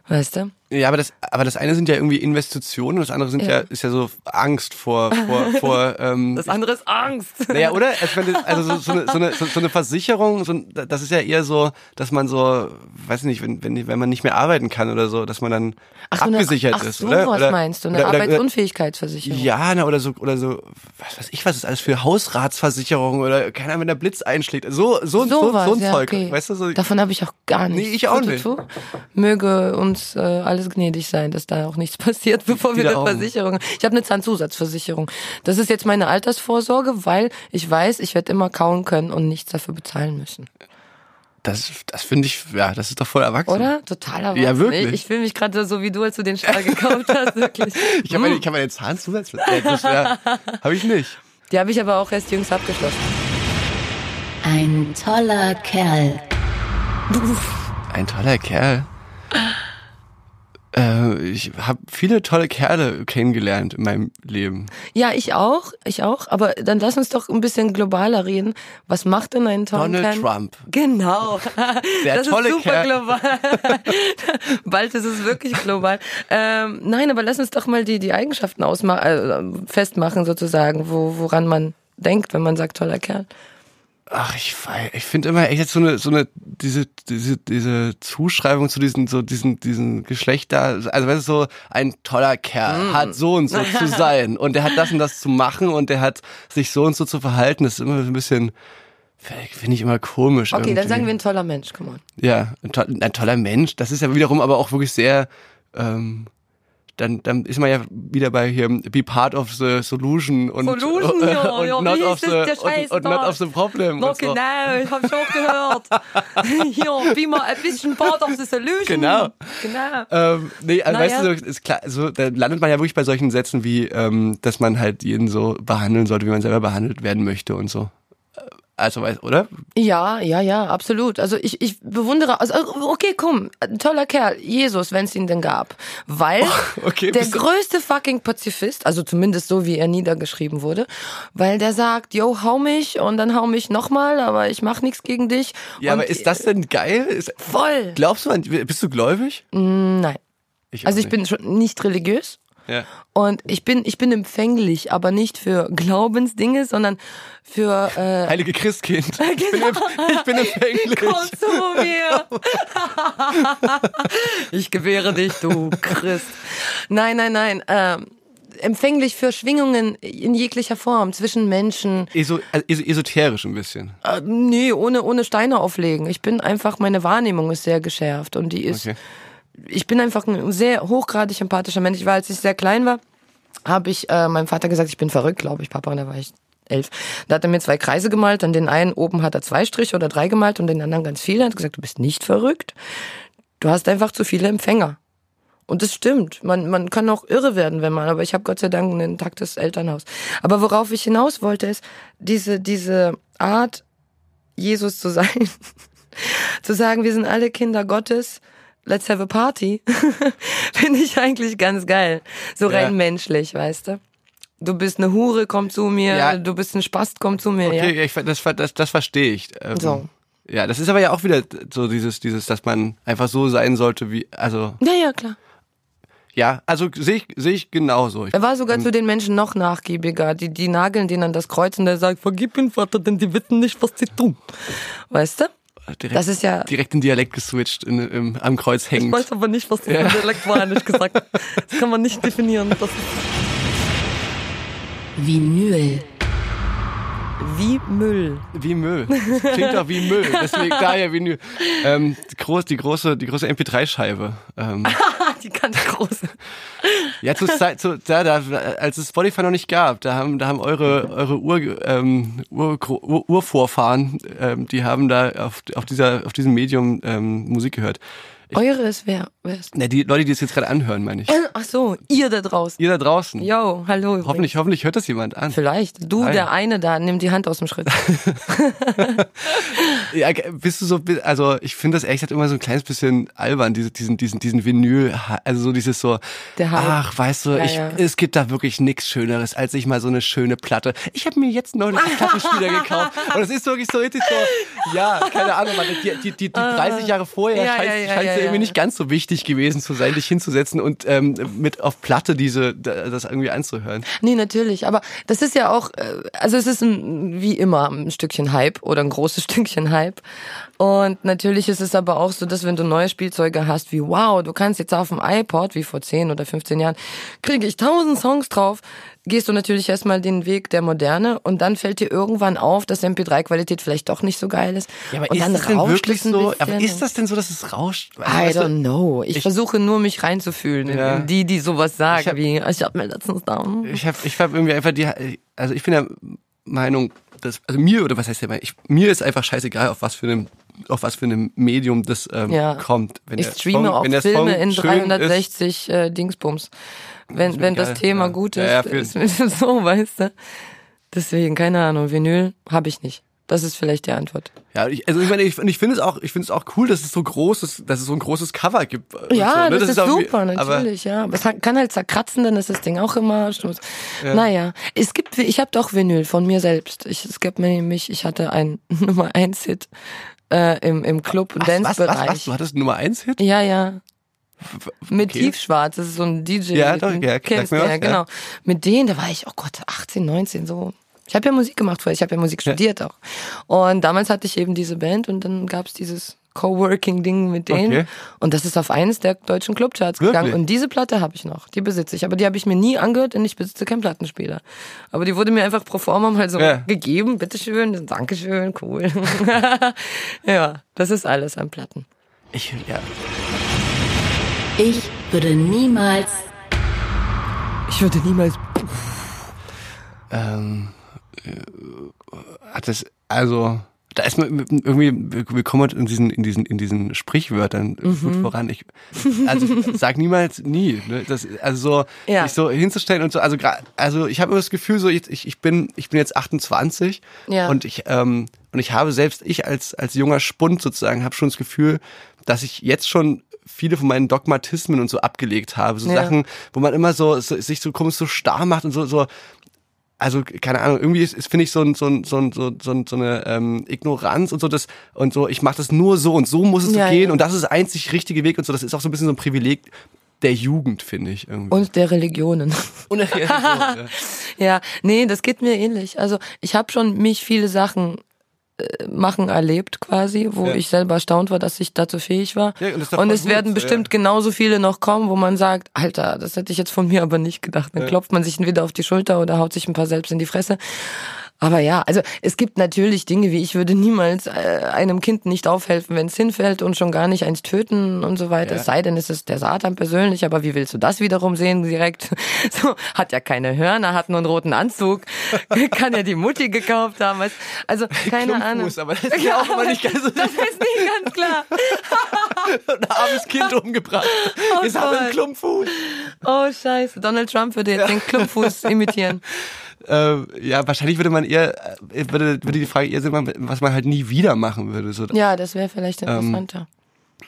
S1: Weißt du?
S2: Ja, aber das, aber das eine sind ja irgendwie Investitionen und das andere sind ja,
S1: Ja.
S2: ist ja so Angst vor, vor, vor ähm,
S1: Das andere ist Angst.
S2: naja, oder? Also, wenn das- also so, so, eine, so, eine, so so eine Versicherung, so ein, das ist ja eher so, dass man so, weiß nicht, wenn, wenn, wenn man nicht mehr arbeiten kann oder so, dass man dann
S1: Ach, so eine,
S2: abgesichert
S1: ach,
S2: ist,
S1: so
S2: oder?
S1: was
S2: oder,
S1: meinst du, eine
S2: oder, oder-
S1: Arbeitsunfähigkeitsversicherung.
S2: ja, na, oder so, oder so, was weiß ich, was ist alles für Hausratsversicherung oder keine Ahnung, wenn der Blitz einschlägt. So, so, so, so,
S1: Sowas,
S2: ein
S1: ja,
S2: Zeug.
S1: okay.
S2: Weißt du, so,
S1: Davon habe ich auch gar nichts.
S2: Nee, ich auch
S1: Tu, tu,
S2: nicht.
S1: tu. Möge uns äh, alles gnädig sein, dass da auch nichts passiert, bevor wir
S2: Wieder
S1: eine
S2: Augen.
S1: Versicherung. Ich habe eine Zahnzusatzversicherung. Das ist jetzt meine Altersvorsorge, weil ich weiß, ich werde immer kauen können und nichts dafür bezahlen müssen.
S2: das, das finde ich, ja, das ist doch voll erwachsen.
S1: Oder? Total erwachsen.
S2: Ja, wirklich.
S1: Ich, ich fühle mich gerade so wie du, als du den Stahl gekauft hast, wirklich.
S2: Ich
S1: Uh.
S2: habe meine, ich hab meine Zahnzusatzversicherung. Ja, habe ich nicht.
S1: Die habe ich aber auch erst jüngst abgeschlossen.
S3: Ein toller Kerl.
S2: Ein toller Kerl. Äh, ich habe viele tolle Kerle kennengelernt in meinem Leben.
S1: Ja, ich auch, ich auch. Aber dann lass uns doch ein bisschen globaler reden. Was macht denn einen tollen
S2: Donald
S1: Kerl?
S2: Trump.
S1: Genau.
S2: Der
S1: das
S2: tolle
S1: ist super
S2: Kerl.
S1: global. Bald ist es wirklich global. Ähm, nein, aber lass uns doch mal die, die Eigenschaften ausma- äh, festmachen sozusagen, wo, woran man denkt, wenn man sagt toller Kerl.
S2: Ach, ich, wei- ich finde immer echt jetzt so eine, so eine, diese, diese, diese Zuschreibung zu diesen, so diesen, diesen Geschlechter, also weißt du, so ein toller Kerl
S1: Mm.
S2: hat so und so zu sein und der hat das und das zu machen und der hat sich so und so zu verhalten, das ist immer so ein bisschen, finde ich immer komisch.
S1: Okay, dann
S2: irgendwie.
S1: sagen wir ein toller Mensch, come on.
S2: Ja, ein, to ein toller Mensch. Das ist ja wiederum aber auch wirklich sehr, ähm, dann, dann ist man ja wieder bei hier be part of the solution und,
S1: Solution, ja,
S2: und
S1: ja,
S2: not
S1: wie
S2: of
S1: ist das,
S2: the
S1: der
S2: und,
S1: Scheiß
S2: und not
S1: da?
S2: of the problem.
S1: No,
S2: und so.
S1: genau, ich habe schon gehört. Hier, wie man ein bisschen part of the solution.
S2: Genau.
S1: Genau.
S2: Ähm, nee, also
S1: Naja.
S2: weißt du, so, ist klar, so, da landet man ja wirklich bei solchen Sätzen wie, ähm, dass man halt jeden so behandeln sollte, wie man selber behandelt werden möchte und so. Äh, Also weiß, oder?
S1: Ja, ja, ja, absolut. Also ich, ich bewundere, also okay, komm, ein toller Kerl, Jesus, wenn es ihn denn gab. Weil
S2: okay,
S1: der
S2: bist du-
S1: größte fucking Pazifist, also zumindest so, wie er niedergeschrieben wurde, weil der sagt, yo, hau mich und dann hau mich nochmal, aber ich mach nichts gegen dich.
S2: Ja,
S1: und
S2: aber ist das denn geil? Ist,
S1: Voll.
S2: glaubst du an, bist du gläubig?
S1: Nein.
S2: auch
S1: Also ich
S2: nicht.
S1: bin schon nicht religiös.
S2: Ja.
S1: Und ich bin, ich bin empfänglich, aber nicht für Glaubensdinge, sondern für äh,
S2: Heilige Christkind. Ich, bin,
S1: genau.
S2: em- ich bin empfänglich.
S1: Komm zu mir. ich gewähre dich, du Christ. Nein, nein, nein. Ähm, empfänglich für Schwingungen in jeglicher Form zwischen Menschen.
S2: Eso, also es- esoterisch ein bisschen.
S1: Äh, nee, ohne, ohne Steine auflegen. Ich bin einfach, meine Wahrnehmung ist sehr geschärft und die ist
S2: Okay.
S1: ich bin einfach ein sehr hochgradig empathischer Mensch. Ich war, als ich sehr klein war, habe ich äh, meinem Vater gesagt, ich bin verrückt, glaube ich, Papa, und da war ich elf. Da hat er mir zwei Kreise gemalt, an den einen oben hat er zwei Striche oder drei gemalt und den anderen ganz viele. Er hat gesagt, du bist nicht verrückt, du hast einfach zu viele Empfänger. Und das stimmt. Man, man kann auch irre werden, wenn man, aber ich habe Gott sei Dank ein intaktes Elternhaus. Aber worauf ich hinaus wollte, ist diese, diese Art, Jesus zu sein, zu sagen, wir sind alle Kinder Gottes, let's have a party, finde ich eigentlich ganz geil. So
S2: Ja.
S1: rein menschlich, weißt du? Du bist eine Hure, komm zu mir,
S2: Ja.
S1: du bist ein Spast, komm zu mir.
S2: Okay,
S1: Ja.
S2: ja, ich, ver- das, ver- das, das verstehe ich. Ähm,
S1: So.
S2: Ja, das ist aber ja auch wieder so dieses, dieses, dass man einfach so sein sollte wie, also
S1: Ja, ja, klar.
S2: ja, also sehe ich, sehe ich genauso. Ich,
S1: Er war sogar zu den Menschen noch nachgiebiger. Die, die nageln den an das Kreuz und er sagt, vergib ihnen, Vater, denn die wissen nicht, was sie tun. Weißt du?
S2: direkt,
S1: Das ist ja-
S2: direkt in Dialekt geswitcht, in, im, am Kreuz
S1: Ich
S2: hängend.
S1: weiß aber nicht, was das ja. Dialekt war, ehrlich gesagt. Das kann man nicht definieren. Das ist
S3: Vinyl.
S1: wie Müll.
S2: Wie Müll. Das klingt doch wie Müll. Deswegen daher Vinyl. Ähm, groß, die große, die große MP3-Scheibe. Ähm,
S1: Ah, die ganz große.
S2: ja, zu, Zeit- zu, da, da, als es Spotify noch nicht gab, da haben, da haben eure, eure Ur, ähm, Ur, Ur, Urvorfahren, ähm, die haben da auf, auf, dieser, auf diesem Medium ähm, Musik gehört.
S1: Eure ist wer? Wer ist?
S2: Na, die Leute, die es jetzt gerade anhören, meine ich.
S1: Ach so, ihr da draußen.
S2: Ihr da draußen.
S1: Yo, hallo. übrigens.
S2: Hoffentlich, hoffentlich hört das jemand an.
S1: Vielleicht. Du,
S2: Hi.
S1: der eine da, nimm die Hand aus dem Schritt.
S2: Ja, ge- bist du so, bi- also ich finde das ehrlich gesagt immer so ein kleines bisschen albern, diese, diesen, diesen, diesen Vinyl, also so dieses so,
S1: Der Hype.
S2: ach, weißt du,
S1: Ja,
S2: ich,
S1: ja.
S2: es gibt da wirklich nichts Schöneres, als ich mal so eine schöne Platte. Ich habe mir jetzt neulich einen Plattenspieler gekauft und es ist wirklich so richtig so, ja, keine Ahnung, man, die, die, die, die 30 Jahre vorher
S1: Ah. Ja,
S2: scheint
S1: ja,
S2: es
S1: ja,
S2: ja,
S1: ja,
S2: irgendwie
S1: ja.
S2: nicht ganz so wichtig gewesen zu sein, dich hinzusetzen und ähm, mit auf Platte diese, das irgendwie anzuhören.
S1: Nee, natürlich. Aber das ist ja auch, äh, also es ist ein, wie immer ein Stückchen Hype oder ein großes Stückchen Hype. Und natürlich ist es aber auch so, dass wenn du neue Spielzeuge hast, wie wow, du kannst jetzt auf dem iPod, wie vor 10 oder 15 Jahren, kriege ich 1000 Songs drauf, gehst du natürlich erstmal den Weg der Moderne und dann fällt dir irgendwann auf, dass MP3-Qualität vielleicht doch nicht so geil ist. und dann rauscht es ein
S2: so? Aber
S1: bisschen.
S2: ist das denn so, dass es rauscht? Also,
S1: I
S2: Weißt du-
S1: don't know. Ich,
S2: ich-
S1: versuche nur, mich reinzufühlen in-
S2: Ja.
S1: in die, die sowas sagen,
S2: Ich hab-
S1: wie, ich hab mir letztens da... hm,
S2: ich habe ich hab irgendwie einfach die, also ich bin der Meinung, dass, also mir, oder was heißt der Meinung, ich, mir ist einfach scheißegal, auf was für einem, auf was für einem Medium das ähm,
S1: Ja.
S2: kommt. Wenn
S1: Ich
S2: der
S1: streame
S2: Song-
S1: auch
S2: wenn der Song
S1: Filme in
S2: schön
S1: 360 äh, Dingsbums. Wenn, wenn das
S2: egal,
S1: Thema
S2: ja.
S1: gut
S2: Ja, ja,
S1: ist, ist mir so, weißt du. Deswegen, keine Ahnung, Vinyl habe ich nicht.
S2: ist,
S1: Das ist vielleicht die Antwort.
S2: Ja, ich, also ich meine, ich, und ich finde es auch, ich finde es auch cool, dass es so großes, dass es so ein großes Cover gibt. und
S1: Ja,
S2: so, ne?
S1: das, ist,
S2: auch irgendwie-
S1: super,
S2: Aber,
S1: natürlich, ja. Aber es hat- kann halt zerkratzen, dann ist das Ding auch immer. Ja. Naja, es gibt, ich habe doch Vinyl von mir selbst. Ich, es gibt mir nämlich, ich hatte einen Nummer 1 Hit äh, im, im Club- und
S2: was, was, was, was,
S1: Dance-Bereich.
S2: du hattest einen Nummer 1 Hit?
S1: Ja, ja. Mit
S2: okay.
S1: Tiefschwarz, das ist so ein DJ.
S2: Ja, doch,
S1: den
S2: ja, sag
S1: kennst
S2: mir
S1: du
S2: was,
S1: ja,
S2: ja.
S1: genau. Mit denen, da war ich, oh Gott, 18, 19, so. Ich habe ja Musik gemacht vorher, ich habe ja Musik studiert auch. Und damals hatte ich eben diese Band und dann gab's dieses Coworking-Ding mit denen.
S2: Okay.
S1: Und das ist auf eines der deutschen Clubcharts gegangen.
S2: Wirklich?
S1: Und diese Platte habe ich noch, die besitze ich. Aber die habe ich mir nie angehört, denn ich besitze keinen Plattenspieler. Aber die wurde mir einfach pro forma mal so
S2: Ja.
S1: gegeben. Bitteschön, Dankeschön, cool. ja, das ist alles an Platten.
S2: Ich, ja.
S3: Ich würde niemals
S1: Ich würde niemals
S2: Ähm, äh, hat das, also, da ist man irgendwie, wir- wir kommen halt in diesen, in diesen, in diesen Sprichwörtern
S1: Mhm.
S2: gut voran. Ich, also, sag niemals nie, ne? das, also so,
S1: Ja.
S2: sich so hinzustellen und so, also, gra- also, ich habe immer das Gefühl, so, jetzt- ich, ich bin, ich bin jetzt 28
S1: Ja.
S2: und ich, ähm, und ich habe selbst ich als, als junger Spund sozusagen, habe schon das Gefühl, dass ich jetzt schon viele von meinen Dogmatismen und so abgelegt habe, so
S1: Ja.
S2: Sachen, wo man immer so, so sich so komisch so starr macht und so, so, also keine Ahnung, irgendwie ist, ist finde ich so ein, so ein, so ein, so ein, so ein- so eine ähm, Ignoranz und so das und so ich mache das nur so und so muss es
S1: Ja,
S2: gehen
S1: ja.
S2: und das ist der einzig richtige Weg und so das ist auch so ein bisschen so ein Privileg der Jugend finde ich irgendwie.
S1: Und der Religionen.
S2: und ja,
S1: ja, nee, das geht mir ähnlich. Also ich habe schon mich viele Sachen äh, machen erlebt quasi, wo
S2: Ja.
S1: ich selber erstaunt war, dass ich dazu fähig war.
S2: Ja, und das ist doch
S1: und
S2: voll
S1: es
S2: gut,
S1: werden
S2: ja.
S1: bestimmt genauso viele noch kommen, wo man sagt, Alter, das hätte ich jetzt von mir aber nicht gedacht. Dann klopft man sich entweder auf die Schulter oder haut sich ein paar selbst in die Fresse. Aber ja, also es gibt natürlich Dinge wie ich würde niemals äh, einem Kind nicht aufhelfen, wenn es hinfällt und schon gar nicht eins töten und so weiter.
S2: Ja.
S1: Es sei denn, es ist der Satan persönlich, aber wie willst du das wiederum sehen direkt? So, hat ja keine Hörner, hat nur einen roten Anzug, kann ja die Mutti gekauft haben. weißt- Also keine Ahnung.
S2: Klumpfuß, aber das ist ja auch immer nicht ganz so
S1: Das ist nicht ganz klar.
S2: ein armes Kind umgebracht.
S1: Oh
S2: Jetzt haben wir einen
S1: Gott.
S2: Klumpfuß.
S1: Oh scheiße, Donald Trump würde jetzt den Klumpfuß imitieren.
S2: Ähm, ja, wahrscheinlich würde man eher äh, würde, würde die Frage eher sein, was man halt nie wieder machen würde. So.
S1: Ja, das wäre
S2: Ähm,
S1: vielleicht interessanter.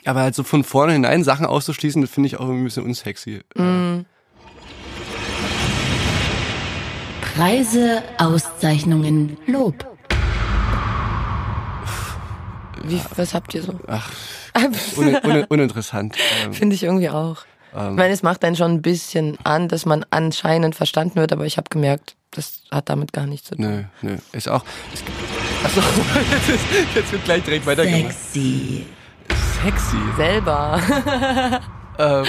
S2: Aber halt so von vornherein Sachen auszuschließen, das finde ich auch irgendwie ein bisschen unsexy.
S1: Mhm.
S3: Preise, Auszeichnungen, Lob.
S1: wie, was habt ihr so?
S2: Ach, un, un, uninteressant. Ähm,
S1: Finde ich irgendwie auch. ich meine, es macht einen schon ein bisschen an, dass man anscheinend verstanden wird, aber ich habe gemerkt, das hat damit gar nichts zu tun.
S2: Nö, nö. Ist auch. Es gibt, achso, jetzt, ist, jetzt wird gleich direkt weitergemacht.
S3: Sexy.
S2: Sexy.
S1: Selber.
S2: Ähm,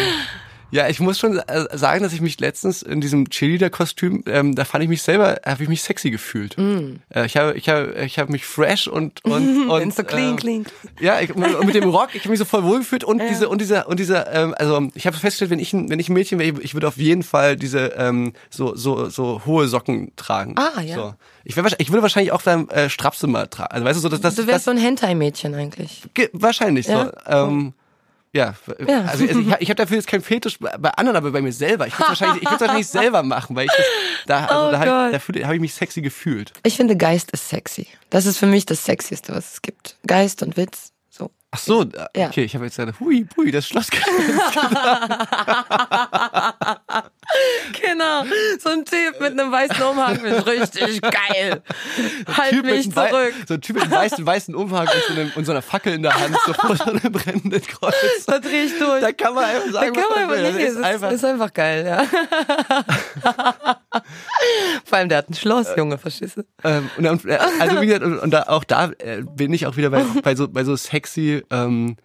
S2: ja, ich muss schon äh, sagen, dass ich mich letztens in diesem Cheerleader-Kostüm, ähm, da fand ich mich selber, habe ich mich sexy gefühlt.
S1: Mm.
S2: Äh, ich habe, ich habe, ich habe mich fresh und und und
S1: so clean, clean,
S2: ähm,
S1: clean.
S2: Ja, ich, und mit dem Rock, ich habe mich so voll wohlgefühlt und diese und dieser und dieser. Ähm, also ich habe festgestellt, wenn ich ein, wenn ich ein Mädchen wäre, ich- ich würde auf jeden Fall diese ähm, so so so hohe Socken tragen.
S1: Ah, ja.
S2: So. Ich, wär, wahrscheinlich- ich würde wahrscheinlich auch dann äh, Strapse mal tragen. Also weißt du so, dass das,
S1: Du
S2: das
S1: wärst so ein Hentai-Mädchen eigentlich.
S2: Ge- Wahrscheinlich
S1: Ja.
S2: so. Ähm, ja,
S1: Ja.
S2: also ich, ich habe dafür jetzt keinen Fetisch bei bei anderen, aber bei mir selber. Ich würde wahrscheinlich, ich würd's wahrscheinlich selber machen, weil ich das, da, also
S1: Oh
S2: da,
S1: Gott.
S2: hab- da, fühl- da habe ich mich sexy gefühlt.
S1: Ich finde, Geist ist sexy. Das ist für mich das Sexieste, was es gibt. Geist und Witz. So.
S2: Ach so, äh,
S1: Ja.
S2: okay, ich habe jetzt gerade, hui, hui, das Schloss.
S1: Halt Genau. So ein Typ mit einem weißen Umhang ist richtig geil. Halt
S2: Typ mit
S1: mich
S2: einem wei-
S1: zurück.
S2: So ein Typ mit einem weißen, weißen Umhang und so, einem, und so einer Fackel in der Hand, so vor so einem brennenden Kreuz.
S1: Da dreh ich durch.
S2: Da kann man einfach
S1: Da
S2: sagen,
S1: kann
S2: was
S1: man aber
S2: will.
S1: nicht.
S2: Das
S1: Ist,
S2: ist
S1: ist, einfach
S2: einfach-
S1: ist einfach geil, ja. Vor allem, der hat ein Schloss,
S2: Äh,
S1: Junge, verstehst du?
S2: Ähm, und, dann- äh, also wie gesagt, und, und da, auch da äh, bin ich auch wieder bei, bei, so, bei so sexy. Ähm,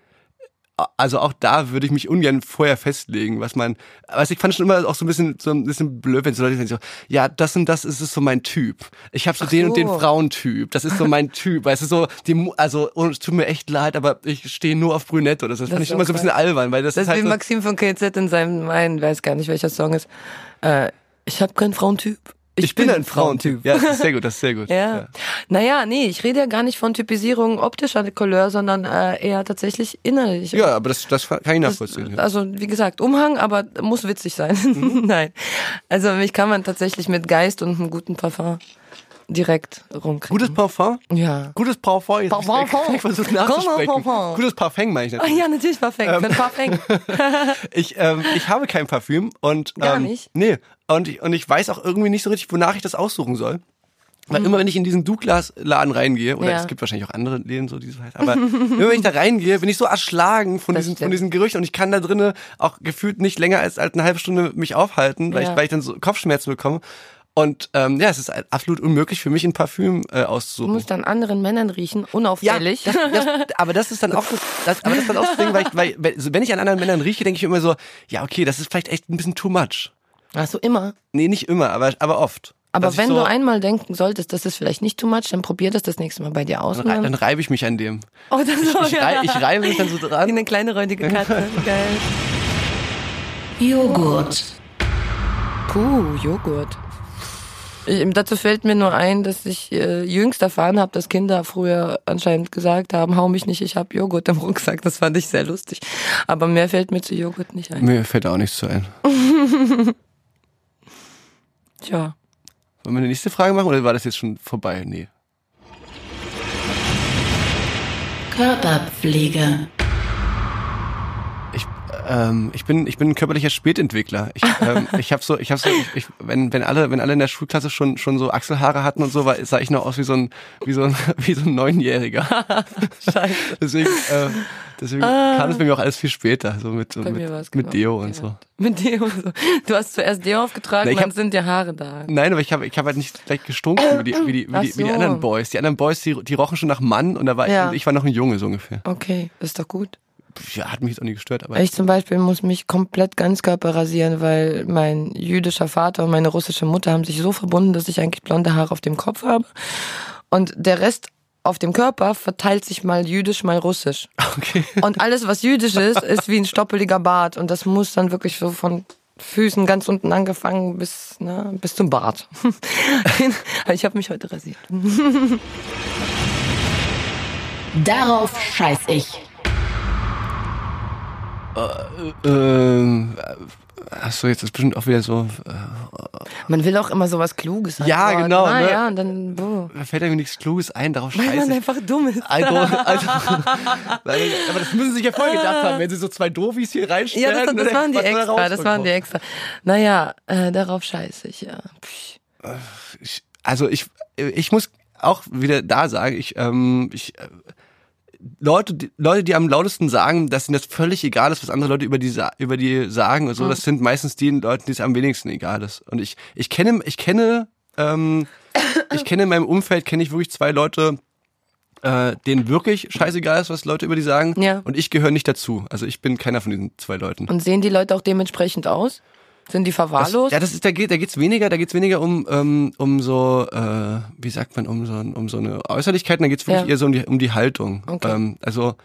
S2: also auch da würde ich mich ungern vorher festlegen, was man. Was ich fand schon immer auch so ein bisschen so ein bisschen blöd, wenn so Leute sagen so, ja, das und das ist, ist so mein Typ. Ich habe so, den und den
S1: so.
S2: Frauentyp. Das ist so mein Typ. Weißt du so, die, Mu- also oh, es tut mir echt leid, aber ich stehe nur auf Brünette oder so. Das,
S1: Das
S2: fand
S1: ist
S2: ich immer
S1: auch
S2: so ein bisschen albern, weil das,
S1: Das ist
S2: ist
S1: wie
S2: halt so,
S1: Maxim von KZ in seinem, mein, weiß gar nicht, welcher Song ist. Äh, ich habe keinen Frauentyp.
S2: ich bin ein Frauentyp. Ja, das ist sehr gut, das ist sehr gut.
S1: Ja. Naja, nee, ich rede ja gar nicht von Typisierung optischer Couleur, sondern äh, eher tatsächlich innerlich.
S2: ja aber das, das kann ich
S1: Das-
S2: nachvollziehen. ja.
S1: Also wie gesagt, Umhang, aber muss
S2: Mhm.
S1: witzig sein. Nein. Also mich kann man tatsächlich mit Geist und einem guten Parfum direkt rumkriegen.
S2: Gutes Parfum?
S1: Ja.
S2: Gutes Parfum. Jetzt hab ich
S1: Parfum.
S2: Ich versuche
S1: Parfum,
S2: nachzusprechen.
S1: Parfum.
S2: Gutes Parfum meine ich
S1: Ah
S2: natürlich.
S1: ja, natürlich Parfum.
S2: Ähm.
S1: Mit Parfum.
S2: Ich, ähm, ich habe kein Parfüm und
S1: Gar
S2: ähm,
S1: nicht?
S2: Nee. Und ich, und ich weiß auch irgendwie nicht so richtig, wonach ich das aussuchen soll. Weil immer wenn ich in diesen Douglas-Laden reingehe, oder
S1: Mhm. Ja.
S2: es gibt wahrscheinlich auch andere Läden, so die so halt, aber immer wenn ich da reingehe, bin ich so erschlagen von
S1: Das
S2: diesen, von
S1: stimmt.
S2: diesen Gerüchen und ich kann da drinnen auch gefühlt nicht länger als, als eine halbe Stunde mich aufhalten, weil,
S1: Ja.
S2: ich, weil ich dann so Kopfschmerzen bekomme. Und ähm, ja, es ist absolut unmöglich für mich, ein Parfüm äh,
S1: Du
S2: auszusuchen.
S1: musst an anderen Männern riechen, unauffällig.
S2: Ja, das, das, aber das ist dann auch das, das, aber das ist dann auch das Ding, weil, ich, weil weil- so, wenn ich an anderen Männern rieche, denke ich immer so, ja okay, das ist vielleicht echt ein bisschen too much.
S1: Hast du immer.
S2: Nee, nicht immer, aber aber oft. Dass
S1: Aber
S2: ich
S1: wenn
S2: so,
S1: du einmal denken solltest, das ist vielleicht nicht too much, dann probier das das nächste Mal bei dir aus.
S2: dann,
S1: und
S2: rei- dann
S1: dann-
S2: reibe ich mich an dem.
S1: Oh, das ist
S2: Ich, rei, ich reibe mich dann so
S1: Wie
S2: dran.
S1: eine kleine räudige Katze. Geil.
S3: Joghurt.
S1: Puh, Joghurt. Ich, dazu fällt mir nur ein, dass ich äh, jüngst erfahren habe, dass Kinder früher anscheinend gesagt haben, hau mich nicht, ich habe Joghurt im Rucksack. Das fand ich sehr lustig. Aber mehr fällt mir zu Joghurt nicht ein.
S2: Mir fällt auch nichts zu ein.
S1: Tja.
S2: Wollen wir die nächste Frage machen oder war das jetzt schon vorbei? Nee.
S3: Körperpflege.
S2: Ich, ähm, ich bin ich bin ein körperlicher Spätentwickler. Ich, ähm, ich habe so ich habe so ich, ich, wenn wenn alle wenn alle in der Schulklasse schon schon so Achselhaare hatten und so, war, sah ich noch aus wie so ein wie so ein wie so ein neunjähriger.
S1: Scheiße. Ah.
S2: Deswegen, äh, deswegen kam es bei mir auch alles viel später, so mit, so
S1: Bei
S2: mit,
S1: mir war es
S2: mit
S1: genau
S2: Deo und so.
S1: umgekehrt. Mit Deo und so. Du hast zuerst Deo
S2: Na,
S1: aufgetragen,
S2: ich
S1: dann
S2: hab-
S1: sind dir Haare da.
S2: Nein, aber ich habe ich hab halt nicht gleich gestunken wie die, wie die, wie
S1: Ach
S2: die, wie die
S1: so.
S2: anderen Boys. Die anderen Boys, die, die rochen schon nach Mann und da war
S1: Ja.
S2: ich, ich war noch ein Junge so ungefähr.
S1: Okay, ist doch gut.
S2: Ja, hat mich jetzt auch nie gestört, aber
S1: Ich zum Beispiel muss mich komplett ganzkörper rasieren, weil mein jüdischer Vater und meine russische Mutter haben sich so verbunden, dass ich eigentlich blonde Haare auf dem Kopf habe. Und der Rest auf dem Körper verteilt sich mal jüdisch, mal russisch.
S2: okay.
S1: Und alles, was jüdisch ist, ist wie ein stoppeliger Bart. Und das muss dann wirklich so von Füßen ganz unten angefangen bis, ne, bis zum Bart. ich habe mich heute rasiert.
S3: Darauf scheiß ich.
S2: Ähm, achso, jetzt ist bestimmt auch wieder so,
S1: Man will auch immer sowas Kluges sagen.
S2: Ja,
S1: Aber
S2: genau,
S1: Na,
S2: ne?
S1: ja, und dann, boah.
S2: da fällt mir nichts Kluges ein, darauf
S1: Weil man
S2: scheiße ich.
S1: einfach dumm ist.
S2: Also, also, weil- aber das müssen sie sich ja voll gedacht haben, wenn sie so zwei Doofies hier
S1: Ja,
S2: reinstellen.
S1: das, das
S2: dann-
S1: waren die
S2: ne, was soll da
S1: extra, das waren die extra.
S2: rauskommen?
S1: Naja, äh, darauf scheiße ich, ja. Pff.
S2: ich, also ich, ich muss auch wieder da sagen, ich, ähm, ich, äh, Leute, die, Leute, die am lautesten sagen, dass ihnen das völlig egal ist, was andere Leute über die, sa- über die sagen und so, das sind meistens die Leute, die es am wenigsten egal ist. Und ich, ich kenne, ich kenne, ähm, ich kenne in meinem Umfeld, kenne ich wirklich zwei Leute, äh, denen wirklich scheißegal ist, was Leute über die sagen.
S1: Ja.
S2: Und ich gehöre nicht dazu. Also ich bin keiner von diesen zwei Leuten.
S1: Und sehen die Leute auch dementsprechend aus? Sind die
S2: Das,
S1: verwahrlost?
S2: ja, das ist, da geht, da geht's weniger, da geht's weniger um, ähm, um so, äh, wie sagt man, um so, ein- um so eine Äußerlichkeit, da geht's wirklich
S1: Ja.
S2: eher so um die, um die Haltung.
S1: Okay.
S2: Ähm, also,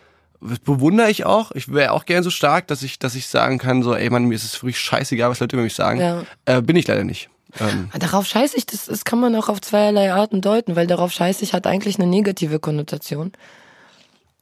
S2: das bewundere ich auch. Ich wäre auch gern so stark, dass ich, dass ich sagen kann, so, ey, Mann, mir ist es wirklich scheißegal, was Leute über mich sagen.
S1: Ja.
S2: Äh, bin ich leider nicht. Ähm,
S1: Ah, Darauf scheiße ich, das, das kann man auch auf zweierlei Arten deuten, weil darauf scheiße ich hat eigentlich eine negative Konnotation.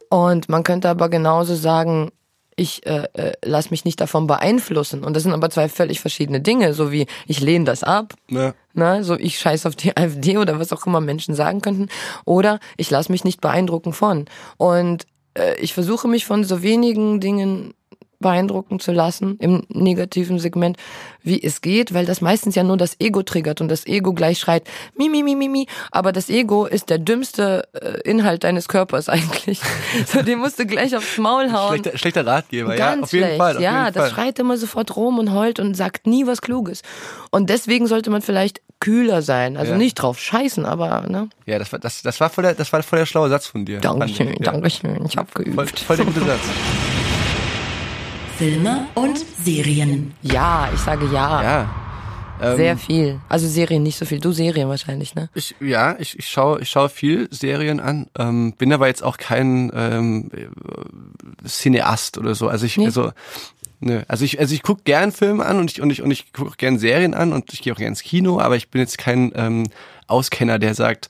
S1: Und man könnte aber genauso sagen, ich äh, äh, lass mich nicht davon beeinflussen. Und das sind aber zwei völlig verschiedene Dinge, so wie ich lehne das ab
S2: ne?
S1: Na, so ich scheiß auf die AfD oder was auch immer Menschen sagen könnten. Oder ich lasse mich nicht beeindrucken von. Und äh, ich versuche mich von so wenigen Dingen beeindrucken zu lassen im negativen Segment, wie es geht, weil das meistens ja nur das Ego triggert und das Ego gleich schreit, mi, mi, mi, mi, mi. Aber das Ego ist der dümmste äh, Inhalt deines Körpers eigentlich. so, den musst du gleich aufs Maul hauen.
S2: Schlechter, schlechter Ratgeber,
S1: Ganz
S2: ja. Auf jeden
S1: schlecht.
S2: Fall. Auf
S1: ja,
S2: jeden
S1: das
S2: Fall.
S1: schreit immer sofort rum und heult und sagt nie was Kluges. Und deswegen sollte man vielleicht kühler sein. Also
S2: Ja.
S1: nicht drauf scheißen, aber ne?
S2: Ja, das war, das, das war voll der, das war voll der schlaue Satz von dir.
S1: Dankeschön,
S2: Ja.
S1: Dankeschön. Ich hab geübt.
S2: Voll, voll der gute Satz.
S3: Filme und Serien.
S1: Ja, ich sage ja.
S2: Ja. ähm,
S1: Sehr viel. Also Serien nicht so viel. Du Serien wahrscheinlich, ne?
S2: Ich, ja, ich, ich schaue ich schaue viel Serien an, ähm, bin aber jetzt auch kein ähm, äh, Cineast oder so. Also ich,
S1: Nee.
S2: also, nö. also ich, also ich gucke gern Filme an und ich und ich und ich gucke auch gern Serien an und ich gehe auch gern ins Kino, aber ich bin jetzt kein ähm, Auskenner, der sagt,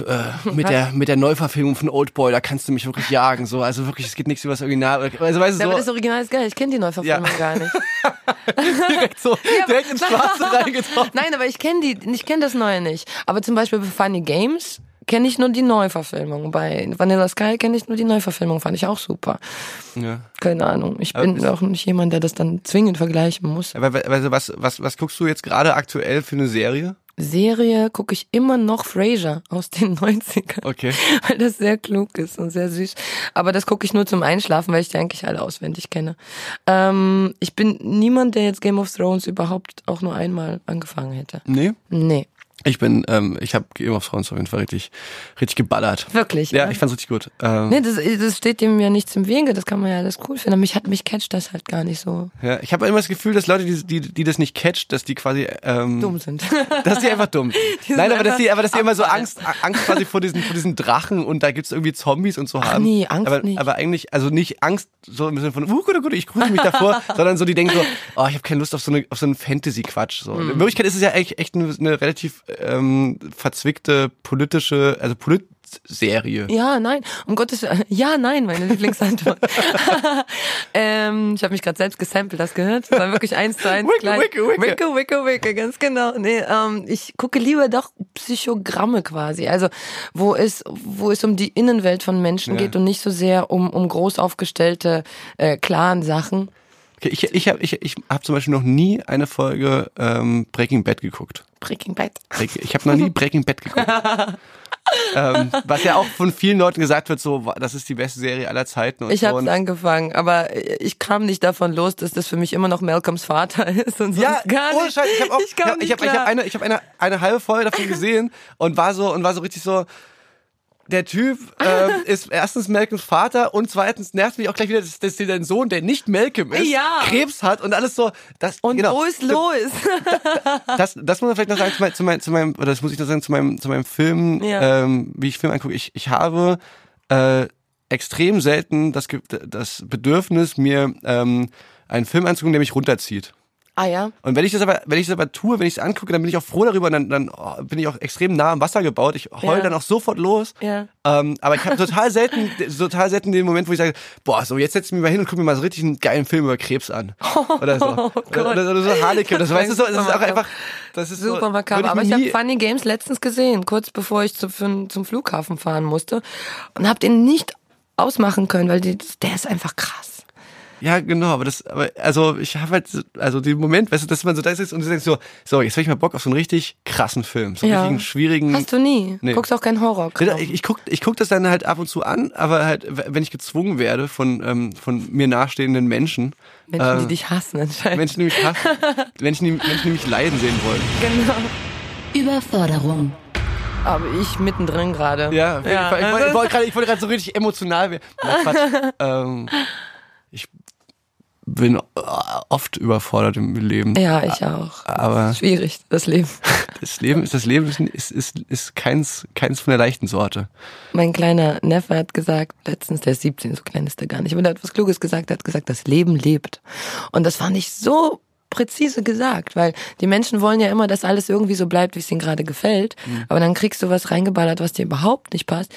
S2: äh, mit, der, mit der Neuverfilmung von Oldboy, da kannst du mich wirklich jagen. So, also wirklich, es geht nichts über das Original. Also, weißt
S1: Ja,
S2: du,
S1: aber
S2: so,
S1: das Original ist geil. Ich kenne die Neuverfilmung
S2: Ja.
S1: gar nicht.
S2: direkt so, direkt ins Schwarze reingetroffen.
S1: Nein, aber ich kenne die, ich kenne das Neue nicht. Aber zum Beispiel bei Funny Games kenne ich nur die Neuverfilmung. Bei Vanilla Sky kenne ich nur die Neuverfilmung. Fand ich auch super.
S2: Ja.
S1: Keine Ahnung. Ich
S2: Ähm,
S1: bin auch nicht jemand, der das dann zwingend vergleichen muss.
S2: Aber we- also, was, was, was guckst du jetzt gerade aktuell für eine Serie?
S1: Serie gucke ich immer noch Frasier aus den 90ern.
S2: Okay.
S1: Weil das sehr klug ist und sehr süß. Aber das gucke ich nur zum Einschlafen, weil ich die eigentlich alle auswendig kenne. Ähm, ich bin niemand, der jetzt Game of Thrones überhaupt auch nur einmal angefangen hätte.
S2: Nee.
S1: Nee,
S2: Ich bin, ähm, ich habe Game of Thrones auf jeden Fall richtig, richtig geballert.
S1: wirklich.
S2: Ja,
S1: ne?
S2: ich fand's richtig gut. Ähm,
S1: Nee, das, das steht dem ja nichts im Wege, das kann man ja alles cool finden. Aber mich hat mich catcht das halt gar nicht so
S2: ja, ich habe immer das Gefühl, dass Leute, die, die, die das nicht catcht, dass die quasi ähm,
S1: dumm sind.
S2: Dass die einfach dumm sind. Nein, aber dass die, aber dass die immer so
S1: abfallen.
S2: Angst, Angst quasi vor diesen, vor diesen Drachen und da gibt's irgendwie Zombies und so haben.
S1: nee, Angst
S2: aber,
S1: nicht.
S2: aber eigentlich, also nicht Angst, so ein bisschen von, uh, gut, gut, ich grüße mich davor, sondern so, die denken so, oh, ich habe keine Lust auf so, eine, auf so einen Fantasy-Quatsch. So.
S1: Mhm.
S2: In Wirklichkeit ist es ja eigentlich echt eine, eine relativ ähm, verzwickte politische, also Polit-Serie.
S1: Ja, nein, um Gottes Willen. Ja, nein, meine Lieblingsantwort. ähm, ich habe mich gerade selbst gesampelt, hast du gehört? Das war wirklich eins zu eins
S2: Wicke,
S1: gleich.
S2: wicke, wicke.
S1: wicke, wicke, wicke, ganz genau. Nee, ähm, ich gucke lieber doch Psychogramme quasi. Also wo es, wo es um die Innenwelt von Menschen
S2: Ja.
S1: geht und nicht so sehr um, um groß aufgestellte, äh, klaren Sachen.
S2: Okay, ich ich habe ich, ich hab zum Beispiel noch nie eine Folge ähm, Breaking Bad geguckt.
S1: Breaking Bad.
S2: Break- Ich habe noch nie Breaking Bad geguckt. ähm, was ja auch von vielen Leuten gesagt wird, so wa- das ist die beste Serie aller Zeiten. Und
S1: Ich
S2: so.
S1: habe
S2: und
S1: angefangen, aber ich kam nicht davon los, dass das für mich immer noch Malcolms Vater ist und sonst
S2: ja,
S1: gar
S2: ohne
S1: nicht.
S2: Scheiß, ich habe auch,
S1: ich
S2: ich
S1: kam
S2: hab,
S1: nicht
S2: ich hab, ich
S1: klar.
S2: hab eine, ich hab eine, eine halbe Folge davon gesehen und war so und war so richtig so. Der Typ ähm, ist erstens Malcolms Vater und zweitens nervt mich auch gleich wieder, dass, dass dir dein Sohn, der nicht Malcolm ist,
S1: Ja.
S2: Krebs hat und alles so. Das,
S1: und
S2: genau,
S1: wo ist los?
S2: das, das muss man vielleicht noch sagen zu meinem, zu meinem, zu meinem oder das muss ich noch sagen zu meinem, zu meinem Film,
S1: Ja.
S2: ähm, wie ich Film angucke. Ich, ich habe äh, extrem selten das, Ge- das Bedürfnis, mir ähm, einen Film anzugucken, der mich runterzieht.
S1: ah ja.
S2: Und wenn ich das aber, wenn ich das aber tue, wenn ich es angucke, dann bin ich auch froh darüber und dann, dann oh, bin ich auch extrem nah am Wasser gebaut. Ich heul
S1: Ja.
S2: dann auch sofort los.
S1: Ja.
S2: Ähm, aber ich habe total selten, total selten den Moment, wo ich sage, boah, so jetzt setz ich mich mal hin und guck mir mal so richtig einen geilen Film über Krebs an. Oder so.
S1: Oh
S2: oder, oder so Harley-Krebs. Das, weißt du so, das ist auch einfach, das ist
S1: Super
S2: so,
S1: makaber.
S2: würde
S1: Aber ich
S2: mir
S1: habe
S2: nie-
S1: Funny Games letztens gesehen, kurz bevor ich zu, für, zum Flughafen fahren musste. Und habe den nicht ausmachen können, weil die, der ist einfach krass.
S2: Ja, genau, aber das, aber, also ich habe halt, so- also den Moment, weißt du, dass man so da sitzt und du denkst so, so, jetzt hab ich mal Bock auf so einen richtig krassen Film. So einen
S1: Ja.
S2: richtigen, schwierigen.
S1: Hast du nie.
S2: Hm. Nee.
S1: Guckst auch kein Horror.
S2: Nee, Ich, ich guck, ich guck das dann halt ab und zu an, aber halt, w- wenn ich gezwungen werde von, ähm, von mir nahestehenden Menschen,
S1: Menschen, die
S2: äh,
S1: dich hassen anscheinend.
S2: Menschen, die mich hassen, Menschen, die, Menschen, die mich leiden sehen wollen.
S1: Genau.
S3: Überforderung.
S1: Aber ich mittendrin gerade. Ja,
S2: Ja, ich, ich, wollte- ich
S1: also-
S2: wollte gerade ich wollte gerade so richtig emotional werden. Na, Quatsch. ähm, ich bin äh, oft überfordert im Leben.
S1: Ja, ich auch.
S2: Aber
S1: Schwierig, das Leben.
S2: das Leben ist das Leben ist, ist, ist, ist keins, keins von der leichten Sorte.
S1: Mein kleiner Neffe hat gesagt, letztens, der ist 17, so klein ist er gar nicht, aber der hat was Kluges gesagt, der hat gesagt, das Leben lebt. Und das fand ich so präzise gesagt, weil die Menschen wollen ja immer, dass alles irgendwie so bleibt, wie es ihnen gerade gefällt, aber dann kriegst du was reingeballert, was dir überhaupt nicht passt.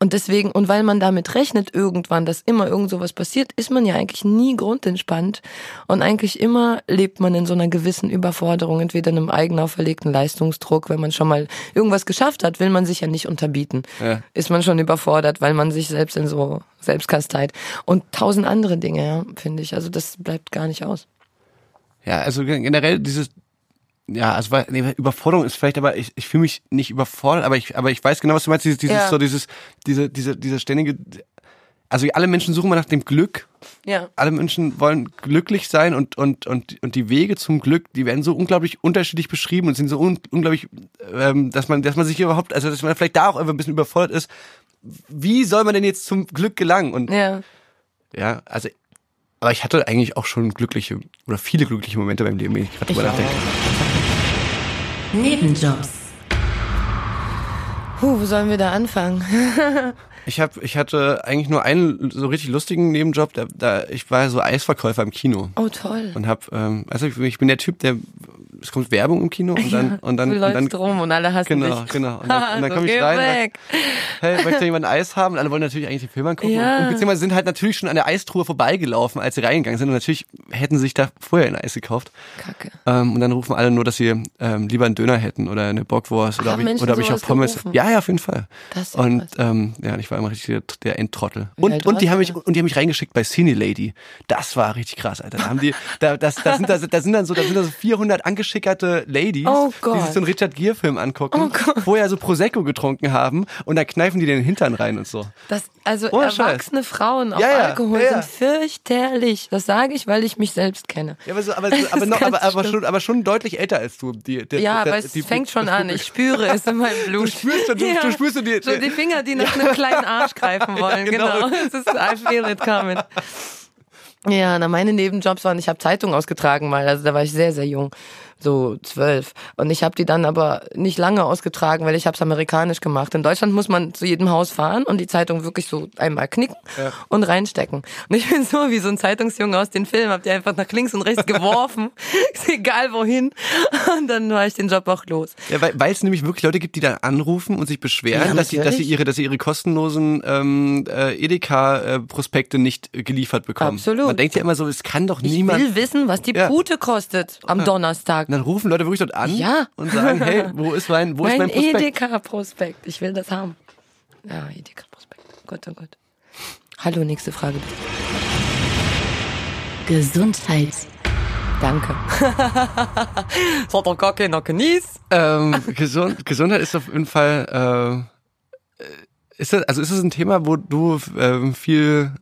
S1: Und deswegen, und weil man damit rechnet irgendwann, dass immer irgend sowas passiert, ist man ja eigentlich nie grundentspannt. Und eigentlich immer lebt man in so einer gewissen Überforderung, entweder einem eigen auferlegten Leistungsdruck. Wenn man schon mal irgendwas geschafft hat, will man sich ja nicht unterbieten.
S2: Ja.
S1: Ist man schon überfordert, weil man sich selbst in so Selbstkasteit und tausend andere Dinge, ja, finde ich. Also das bleibt gar nicht aus.
S2: Ja, also gen- generell dieses, ja, also weil- nee, Überforderung ist vielleicht, aber ich, ich fühle mich nicht überfordert, aber ich, aber ich weiß genau, was du meinst, dieses, dieses
S1: Ja.
S2: so dieses, diese, diese, diese ständige, also alle Menschen suchen mal nach dem Glück.
S1: Ja.
S2: Alle Menschen wollen glücklich sein und, und, und, und die Wege zum Glück, die werden so unglaublich unterschiedlich beschrieben und sind so un, unglaublich, ähm, dass man, dass man sich überhaupt, also dass man vielleicht da auch einfach ein bisschen überfordert ist. Wie soll man denn jetzt zum Glück gelangen? Und
S1: Ja.
S2: ja, also, aber ich hatte eigentlich auch schon glückliche oder viele glückliche Momente beim Leben, wenn ich gerade drüber nachdenke.
S3: Nebenjobs.
S1: Puh, wo sollen wir da anfangen?
S2: Ich hab, ich hatte eigentlich nur einen so richtig lustigen Nebenjob. Da, da ich war so Eisverkäufer im Kino
S1: Oh, toll.
S2: und hab, ähm, also ich, ich bin der Typ, der es kommt Werbung im Kino und dann und dann
S1: du
S2: und dann
S1: läufst rum und alle hassen
S2: genau
S1: dich.
S2: genau und dann, und dann
S1: So,
S2: komme ich
S1: geh
S2: rein. und
S1: weg.
S2: sag, Hey, möchte jemand Eis haben? Und alle wollen natürlich eigentlich den Film angucken.
S1: Ja.
S2: Und beziehungsweise sind halt natürlich schon an der Eistruhe vorbeigelaufen, als sie reingegangen sind. Und natürlich hätten sie sich da vorher ein Eis gekauft.
S1: Kacke.
S2: Ähm, und dann rufen alle nur, dass sie ähm, lieber einen Döner hätten oder eine Bockwurst oder
S1: Haben
S2: ob ich,
S1: Menschen
S2: oder ob ich auch
S1: sowas
S2: Pommes.
S1: gerufen?
S2: Ja, ja, auf jeden Fall.
S1: Das ist ja
S2: und ähm, ja, ich war immer richtig der, der Endtrottel.
S1: Wie alt
S2: Und, und die
S1: warst
S2: haben
S1: du
S2: mich und die haben mich reingeschickt bei Cine Lady. Das war richtig krass, Alter. Da haben die da das da sind da, da sind dann so da sind da so 400 angeschickerte Ladies,
S1: Oh
S2: die
S1: Gott. Oh
S2: sich so einen Richard Gere Film angucken, vorher so Prosecco getrunken haben und dann kneifen die den Hintern rein und so.
S1: Das, also
S2: Ohne Scheiß.
S1: erwachsene Frauen auf
S2: Ja, ja,
S1: Alkohol
S2: ja, ja.
S1: sind fürchterlich. Das sage ich, weil ich mich selbst kenne.
S2: Ja, aber so, aber,
S1: Das
S2: aber,
S1: ist
S2: noch,
S1: ganz
S2: aber, aber
S1: schlimm.
S2: schon aber schon deutlich älter als du. Die, die,
S1: Ja,
S2: die-
S1: aber es
S2: die-
S1: fängt schon an. Ich spüre es in meinem Blut.
S2: spürst schon, du- du spürst schon die-
S1: Schon die Finger, die nach einem kleinen Arsch greifen wollen.
S2: genau.
S1: genau. Das ist I feel it coming. Ja, na, meine Nebenjobs waren, ich habe Zeitung ausgetragen mal, also da war ich sehr, sehr jung, so zwölf. Und ich habe die dann aber nicht lange ausgetragen, weil ich hab's amerikanisch gemacht. In Deutschland muss man zu jedem Haus fahren und die Zeitung wirklich so einmal knicken und reinstecken. Und ich bin so wie so ein Zeitungsjunge aus den Filmen, hab die einfach nach links und rechts geworfen, ist egal wohin. Und dann war ich den Job auch los.
S2: Ja, weil weil es nämlich wirklich Leute gibt, die dann anrufen und sich beschweren,
S1: Ja,
S2: dass, sie, dass, sie
S1: natürlich.
S2: ihre, dass sie ihre kostenlosen ähm, äh, Edeka-Prospekte nicht äh, geliefert bekommen.
S1: Absolut.
S2: Man denkt ja immer so, es kann doch
S1: Ich
S2: niemand.
S1: will wissen, was die
S2: Ja.
S1: Pute kostet am Donnerstag.
S2: Und dann rufen Leute wirklich dort an
S1: Ja.
S2: und sagen, hey, wo ist mein, wo ist mein
S1: mein
S2: Prospekt?
S1: Edeka-Prospekt. Ich will das haben. Ja, Edeka-Prospekt. Gott, oh Gott. Hallo, nächste Frage bitte.
S3: Gesundheit.
S1: Danke. das hat doch gar keiner genießt.
S2: Ähm, Gesund, Gesundheit ist auf jeden Fall. Äh, ist das, also ist das ein Thema, wo du ähm, viel,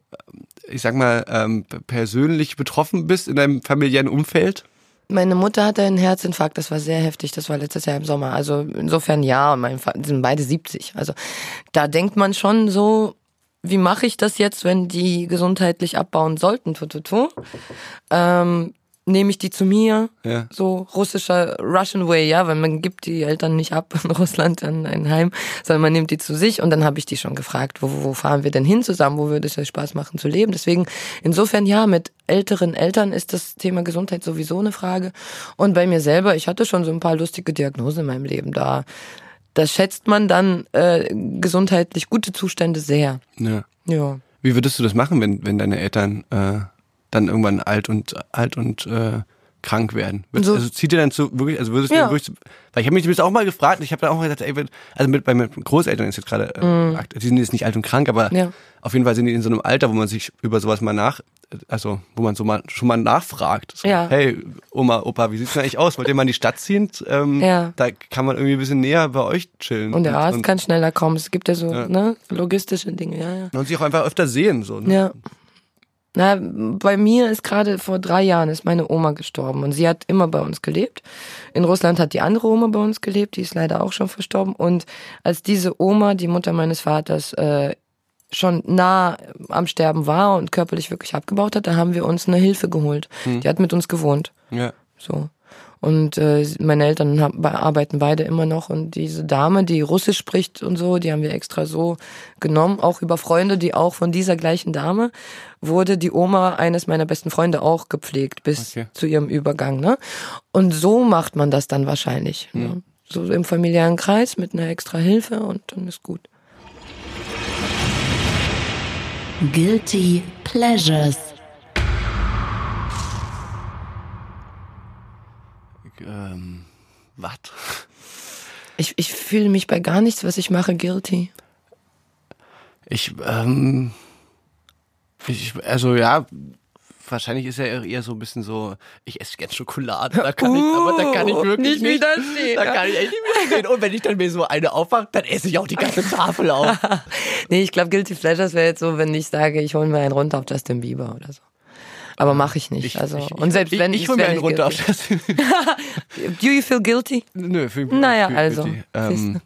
S2: ich sag mal, ähm, persönlich betroffen bist in deinem familiären Umfeld?
S1: Meine Mutter hatte einen Herzinfarkt, das war sehr heftig, das war letztes Jahr im Sommer. Also insofern ja, und mein Vater, die sind beide 70. Also da denkt man schon so, wie mache ich das jetzt, wenn die gesundheitlich abbauen sollten? Tu, tu, tu. Ähm, nehme ich die zu mir?
S2: Ja.
S1: So russischer Russian Way, ja, weil man gibt die Eltern nicht ab in Russland an ein Heim, sondern man nimmt die zu sich und dann habe ich die schon gefragt, wo, wo fahren wir denn hin zusammen, wo würde es euch Spaß machen zu leben. Deswegen, insofern ja, mit älteren Eltern ist das Thema Gesundheit sowieso eine Frage. Und bei mir selber, ich hatte schon so ein paar lustige Diagnosen in meinem Leben da. Das schätzt man dann äh, gesundheitlich gute Zustände sehr.
S2: Ja.
S1: Ja.
S2: Wie würdest du das machen, wenn, wenn deine Eltern äh, dann irgendwann alt und alt und äh, krank werden? Würdest,
S1: So-
S2: also zieht ihr dann zu wirklich, also würdest
S1: Ja.
S2: du wirklich, weil ich habe mich das auch mal gefragt und ich habe dann auch mal gesagt, ey, wenn- also mit bei meinen Großeltern ist jetzt gerade, äh, akt- die sind jetzt nicht alt und krank, aber
S1: Mhm. Ja.
S2: auf jeden Fall sind die in so einem Alter, wo man sich über sowas mal nach, also wo man so mal schon mal nachfragt. So,
S1: Ja.
S2: Hey Oma, Opa, wie sieht's denn eigentlich aus? Wollt ihr mal in die Stadt ziehen? Ähm,
S1: Ja.
S2: Da kann man irgendwie ein bisschen näher bei euch chillen.
S1: Und der Arzt
S2: und,
S1: kann schneller kommen. Es gibt ja so
S2: Ja.
S1: Ne, logistische Dinge, ja, ja.
S2: und sich auch einfach öfter sehen. So, ne?
S1: Ja. Na, bei mir ist gerade vor drei Jahren ist meine Oma gestorben und sie hat immer bei uns gelebt. In Russland hat die andere Oma bei uns gelebt, die ist leider auch schon verstorben. Und als diese Oma, die Mutter meines Vaters, äh, schon nah am Sterben war und körperlich wirklich abgebaut hat, da haben wir uns eine Hilfe geholt. Die hat mit uns gewohnt.
S2: ja.
S1: So. Und äh, meine Eltern haben, be- arbeiten beide immer noch und diese Dame, die Russisch spricht und so, die haben wir extra so genommen, auch über Freunde, die auch von dieser gleichen Dame wurde die Oma eines meiner besten Freunde auch gepflegt bis
S2: Okay.
S1: zu ihrem Übergang, ne? Und so macht man das dann wahrscheinlich, ne? so im familiären Kreis mit einer extra Hilfe und dann ist gut.
S3: Guilty Pleasures.
S2: Ähm, was?
S1: Ich, ich fühle mich bei gar nichts, was ich mache, guilty.
S2: Ich, ähm, ich, also ja, wahrscheinlich ist er eher so ein bisschen so, ich esse gern Schokolade, da kann ich, aber da kann ich
S1: Uh,
S2: wirklich
S1: nicht widerstehen.
S2: Da kann ich echt nicht widerstehen. Und wenn ich dann mir so eine aufmache, dann esse ich auch die ganze Tafel auf.
S1: Nee, ich glaube, Guilty Pleasures wäre jetzt so, wenn ich sage, ich hole mir einen runter auf Justin Bieber oder so. Aber mache ich nicht. also und selbst
S2: ich,
S1: wenn
S2: ich, ich
S1: es
S2: hol mir
S1: wär
S2: einen
S1: nicht
S2: runter auf
S1: guilty.
S2: das.
S1: Do you feel guilty?
S2: Nö, für,
S1: Naja,
S2: für,
S1: also,
S2: Für die,
S1: siehste.
S2: ähm,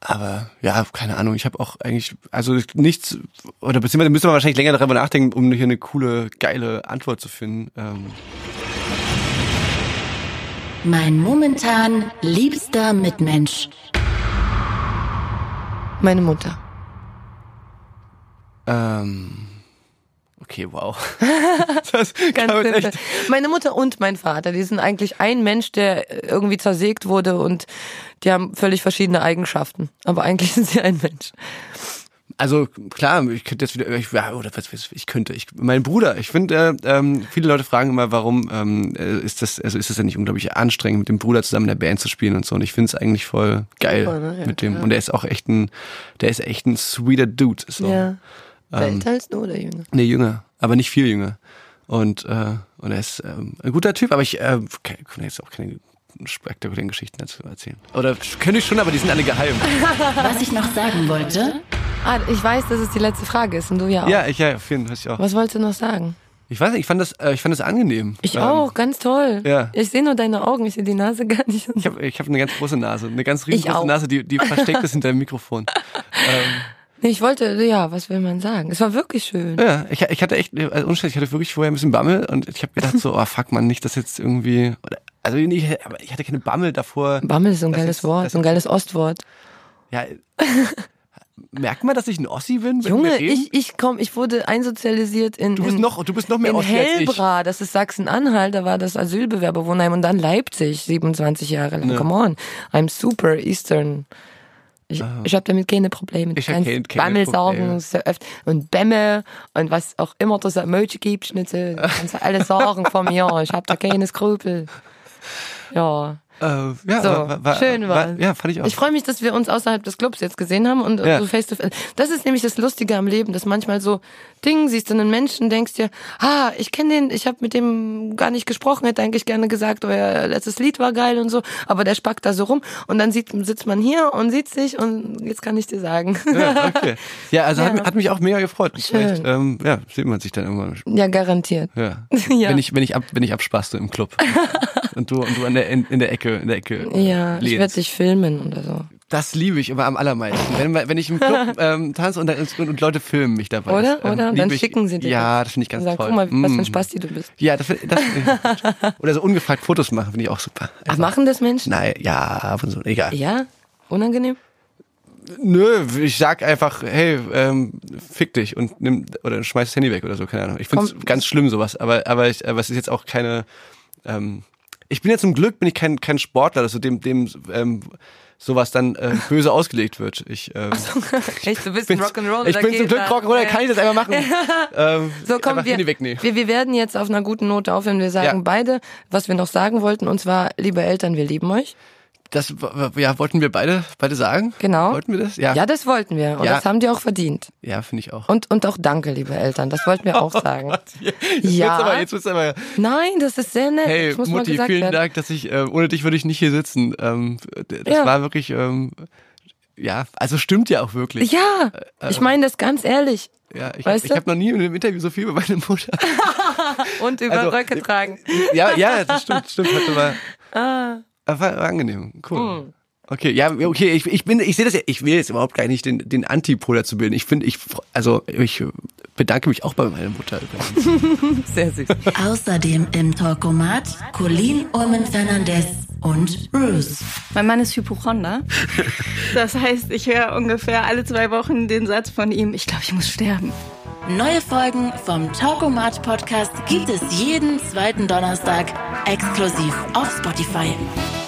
S2: aber ja, keine Ahnung. Ich habe auch eigentlich, also nichts, oder beziehungsweise müsste man wahrscheinlich länger darüber nachdenken, um hier eine coole, geile Antwort zu finden. Ähm,
S3: Mein momentan liebster Mitmensch.
S1: Meine Mutter.
S2: Ähm, Okay, wow.
S1: das Ganz simpel. Echt. Meine Mutter und mein Vater, die sind eigentlich ein Mensch, der irgendwie zersägt wurde und die haben völlig verschiedene Eigenschaften. Aber eigentlich sind sie ein Mensch.
S2: Also klar, ich könnte jetzt wieder, ich, ja, oder was, ich könnte, ich, mein Bruder, ich finde, äh, ähm, viele Leute fragen immer, warum ähm, ist das, also ist das ja nicht unglaublich anstrengend, mit dem Bruder zusammen in der Band zu spielen und so. Und ich finde es eigentlich voll geil
S1: Voll, ne? Ja,
S2: mit dem.
S1: klar.
S2: Und der ist auch echt ein, der ist echt ein sweeter Dude. So.
S1: Ja.
S2: Ähm,
S1: Älter als du oder jünger?
S2: Nee, jünger, aber nicht viel jünger. Und, äh, und er ist ähm, ein guter Typ, aber ich äh, kann kann jetzt auch keine spektakulären Geschichten dazu erzählen. Oder könnte ich schon, aber die sind alle geheim.
S3: Was ich noch sagen wollte,
S1: Ah, ich weiß, dass es die letzte Frage ist und du ja auch.
S2: ja, ich, ja, auf jeden Fall. Ich, auch.
S1: Was wolltest du noch sagen?
S2: ich weiß nicht, ich fand das, äh, ich fand das angenehm.
S1: Ich
S2: Ähm,
S1: auch, ganz toll.
S2: ja.
S1: Ich sehe nur deine Augen, ich sehe die Nase gar nicht.
S2: Ich habe ich hab eine ganz große Nase, eine ganz
S1: Ich auch.
S2: riesengroße Nase, die, die versteckt ist hinter dem Mikrofon.
S1: Nee, ich wollte, ja, was will man sagen? Es war wirklich schön.
S2: Ja, ich, ich hatte echt, äh, also unschuldig, ich hatte wirklich vorher ein bisschen Bammel und ich habe gedacht so, oh fuck man, nicht das jetzt irgendwie, oder, also ich, aber ich hatte keine Bammel davor.
S1: Bammel ist so ein
S2: Das
S1: geiles
S2: ist-
S1: Wort,
S2: das
S1: so ein geiles Ostwort.
S2: Ja, äh, merkt man, dass ich ein Ossi bin? wenn wir
S1: Junge,
S2: reden?
S1: ich, ich komm, ich wurde einsozialisiert in,
S2: Du bist
S1: in,
S2: noch, du bist noch mehr
S1: in
S2: Ossi als ich.
S1: Hellbra, das ist Sachsen-Anhalt, da war das Asylbewerberwohnheim und dann Leipzig, 27 Jahre lang.
S2: Ja.
S1: Come on, I'm super Eastern. Ich, ich habe damit keine Probleme. Du
S2: Ah. Ich hab
S1: kannst
S2: kein-
S1: Bammel
S2: keine Probleme.
S1: sagen so oft und Bämme und was auch immer das Emoji gibt, Schnitzel. Du kannst alles sagen von mir. Ich habe da keine Skrupel. Ja.
S2: Äh, ja,
S1: So,
S2: war, war,
S1: schön
S2: war,
S1: war's.
S2: Ja, fand ich auch.
S1: Ich freue mich, dass wir uns außerhalb des Clubs jetzt gesehen haben und
S2: Ja.
S1: so face to face. Das ist nämlich das Lustige am Leben, dass manchmal so Ding siehst du einen Menschen, denkst dir, ah, ich kenne den, ich habe mit dem gar nicht gesprochen, hätte eigentlich gerne gesagt, euer letztes Lied war geil und so, aber der spackt da so rum und dann sieht, sitzt man hier und sieht sich und jetzt kann ich dir sagen.
S2: ja, okay. ja, also Hat,
S1: Ja.
S2: hat mich auch mega gefreut.
S1: Schön.
S2: Vielleicht, ähm, ja, sieht man sich dann irgendwann.
S1: ja, garantiert.
S2: Ja.
S1: Ja.
S2: Wenn ich, wenn ich ab, wenn ich abspaste im Club. und du, und du an der, in, in der Ecke, in der Ecke. äh,
S1: Ja, ich
S2: lehnst.
S1: werde dich filmen oder so.
S2: Das liebe ich immer am allermeisten. Wenn, wenn ich im Club ähm, tanze und, da- und, und Leute filmen mich dabei.
S1: Oder?
S2: Das,
S1: Oder?
S2: ähm,
S1: Und
S2: liebe
S1: dann
S2: ich.
S1: schicken sie dir
S2: Ja,
S1: das.
S2: das finde ich ganz
S1: und sagen,
S2: toll.
S1: guck mal, was für
S2: Mm.
S1: ein Spasti du bist.
S2: Ja, das, das Oder so ungefragt Fotos machen, finde ich auch super.
S1: Ach, machen das Menschen?
S2: Nein, ja, ab und zu, egal.
S1: Ja? Unangenehm?
S2: Nö, ich sag einfach, hey, ähm, fick dich und nimm oder schmeiß das Handy weg oder so, keine Ahnung. Ich find's
S1: Komm.
S2: ganz schlimm sowas, aber aber ich, aber es ist jetzt auch keine. Ähm, ich bin ja zum Glück bin ich kein kein Sportler, dass so dem dem ähm, sowas dann äh, böse ausgelegt wird. Ich ähm,
S1: Echt, du bist ein Rock'n'Roll
S2: ich
S1: oder
S2: bin zum
S1: geht
S2: Glück
S1: das?
S2: Rock'n'Roll,
S1: Ja.
S2: kann ich das einfach machen. ähm,
S1: So kommen
S2: einfach
S1: wir,
S2: Handy wegnehmen.
S1: wir. Wir werden jetzt auf einer guten Note aufhören. Wir sagen
S2: Ja.
S1: beide, was wir noch sagen wollten, und zwar, liebe Eltern, wir lieben euch.
S2: Das w- w- ja wollten wir beide beide sagen.
S1: Genau.
S2: Wollten wir das? Ja.
S1: Ja, das wollten wir. Und
S2: Ja.
S1: das haben die auch verdient.
S2: Ja, finde ich auch.
S1: Und, und auch danke, liebe Eltern. Das wollten
S2: Oh
S1: wir auch sagen.
S2: Jetzt
S1: Ja.
S2: wird's aber, jetzt wird's aber
S1: Nein, das ist sehr nett.
S2: Hey
S1: das muss mal
S2: Mutti,
S1: gesagt
S2: vielen
S1: werden.
S2: Dank, dass ich äh, ohne dich würde ich nicht hier sitzen. Ähm, d- das
S1: Ja.
S2: war wirklich ähm, ja, also stimmt ja auch wirklich.
S1: Ja,
S2: Äh,
S1: ich meine das ganz ehrlich.
S2: ja, ich
S1: weißt
S2: ich
S1: du?
S2: habe noch nie in einem Interview so viel über meine Mutter.
S1: Und über
S2: Also,
S1: Röcke tragen.
S2: ja, ja, das stimmt, stimmt. Warte mal. Ah. War, war angenehm, cool.
S1: Hm.
S2: Okay, ja, okay, ich, ich bin, ich sehe das ja, ich will jetzt überhaupt gar nicht den, den Antipol dazu bilden. Ich finde, ich, also ich bedanke mich auch bei meiner Mutter übrigens.
S1: Sehr süß.
S3: außerdem im Talkomat Colleen Urman Fernandez und Bruce.
S4: Mein Mann ist Hypochonder. Das heißt, ich höre ungefähr alle zwei Wochen den Satz von ihm, ich glaube, ich muss sterben.
S3: Neue Folgen vom Talkomat Podcast gibt es jeden zweiten Donnerstag exklusiv auf Spotify.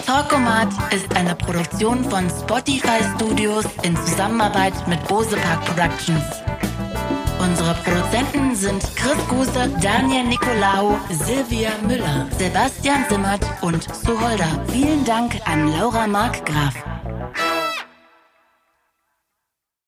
S3: Talkomat ist eine Produktion von Spotify Studios in Zusammenarbeit mit Bose Park Productions. Unsere Produzenten sind Chris Guse, Daniel Nicolau, Silvia Müller, Sebastian Simmert und Suholder. Vielen Dank an Laura Markgraf.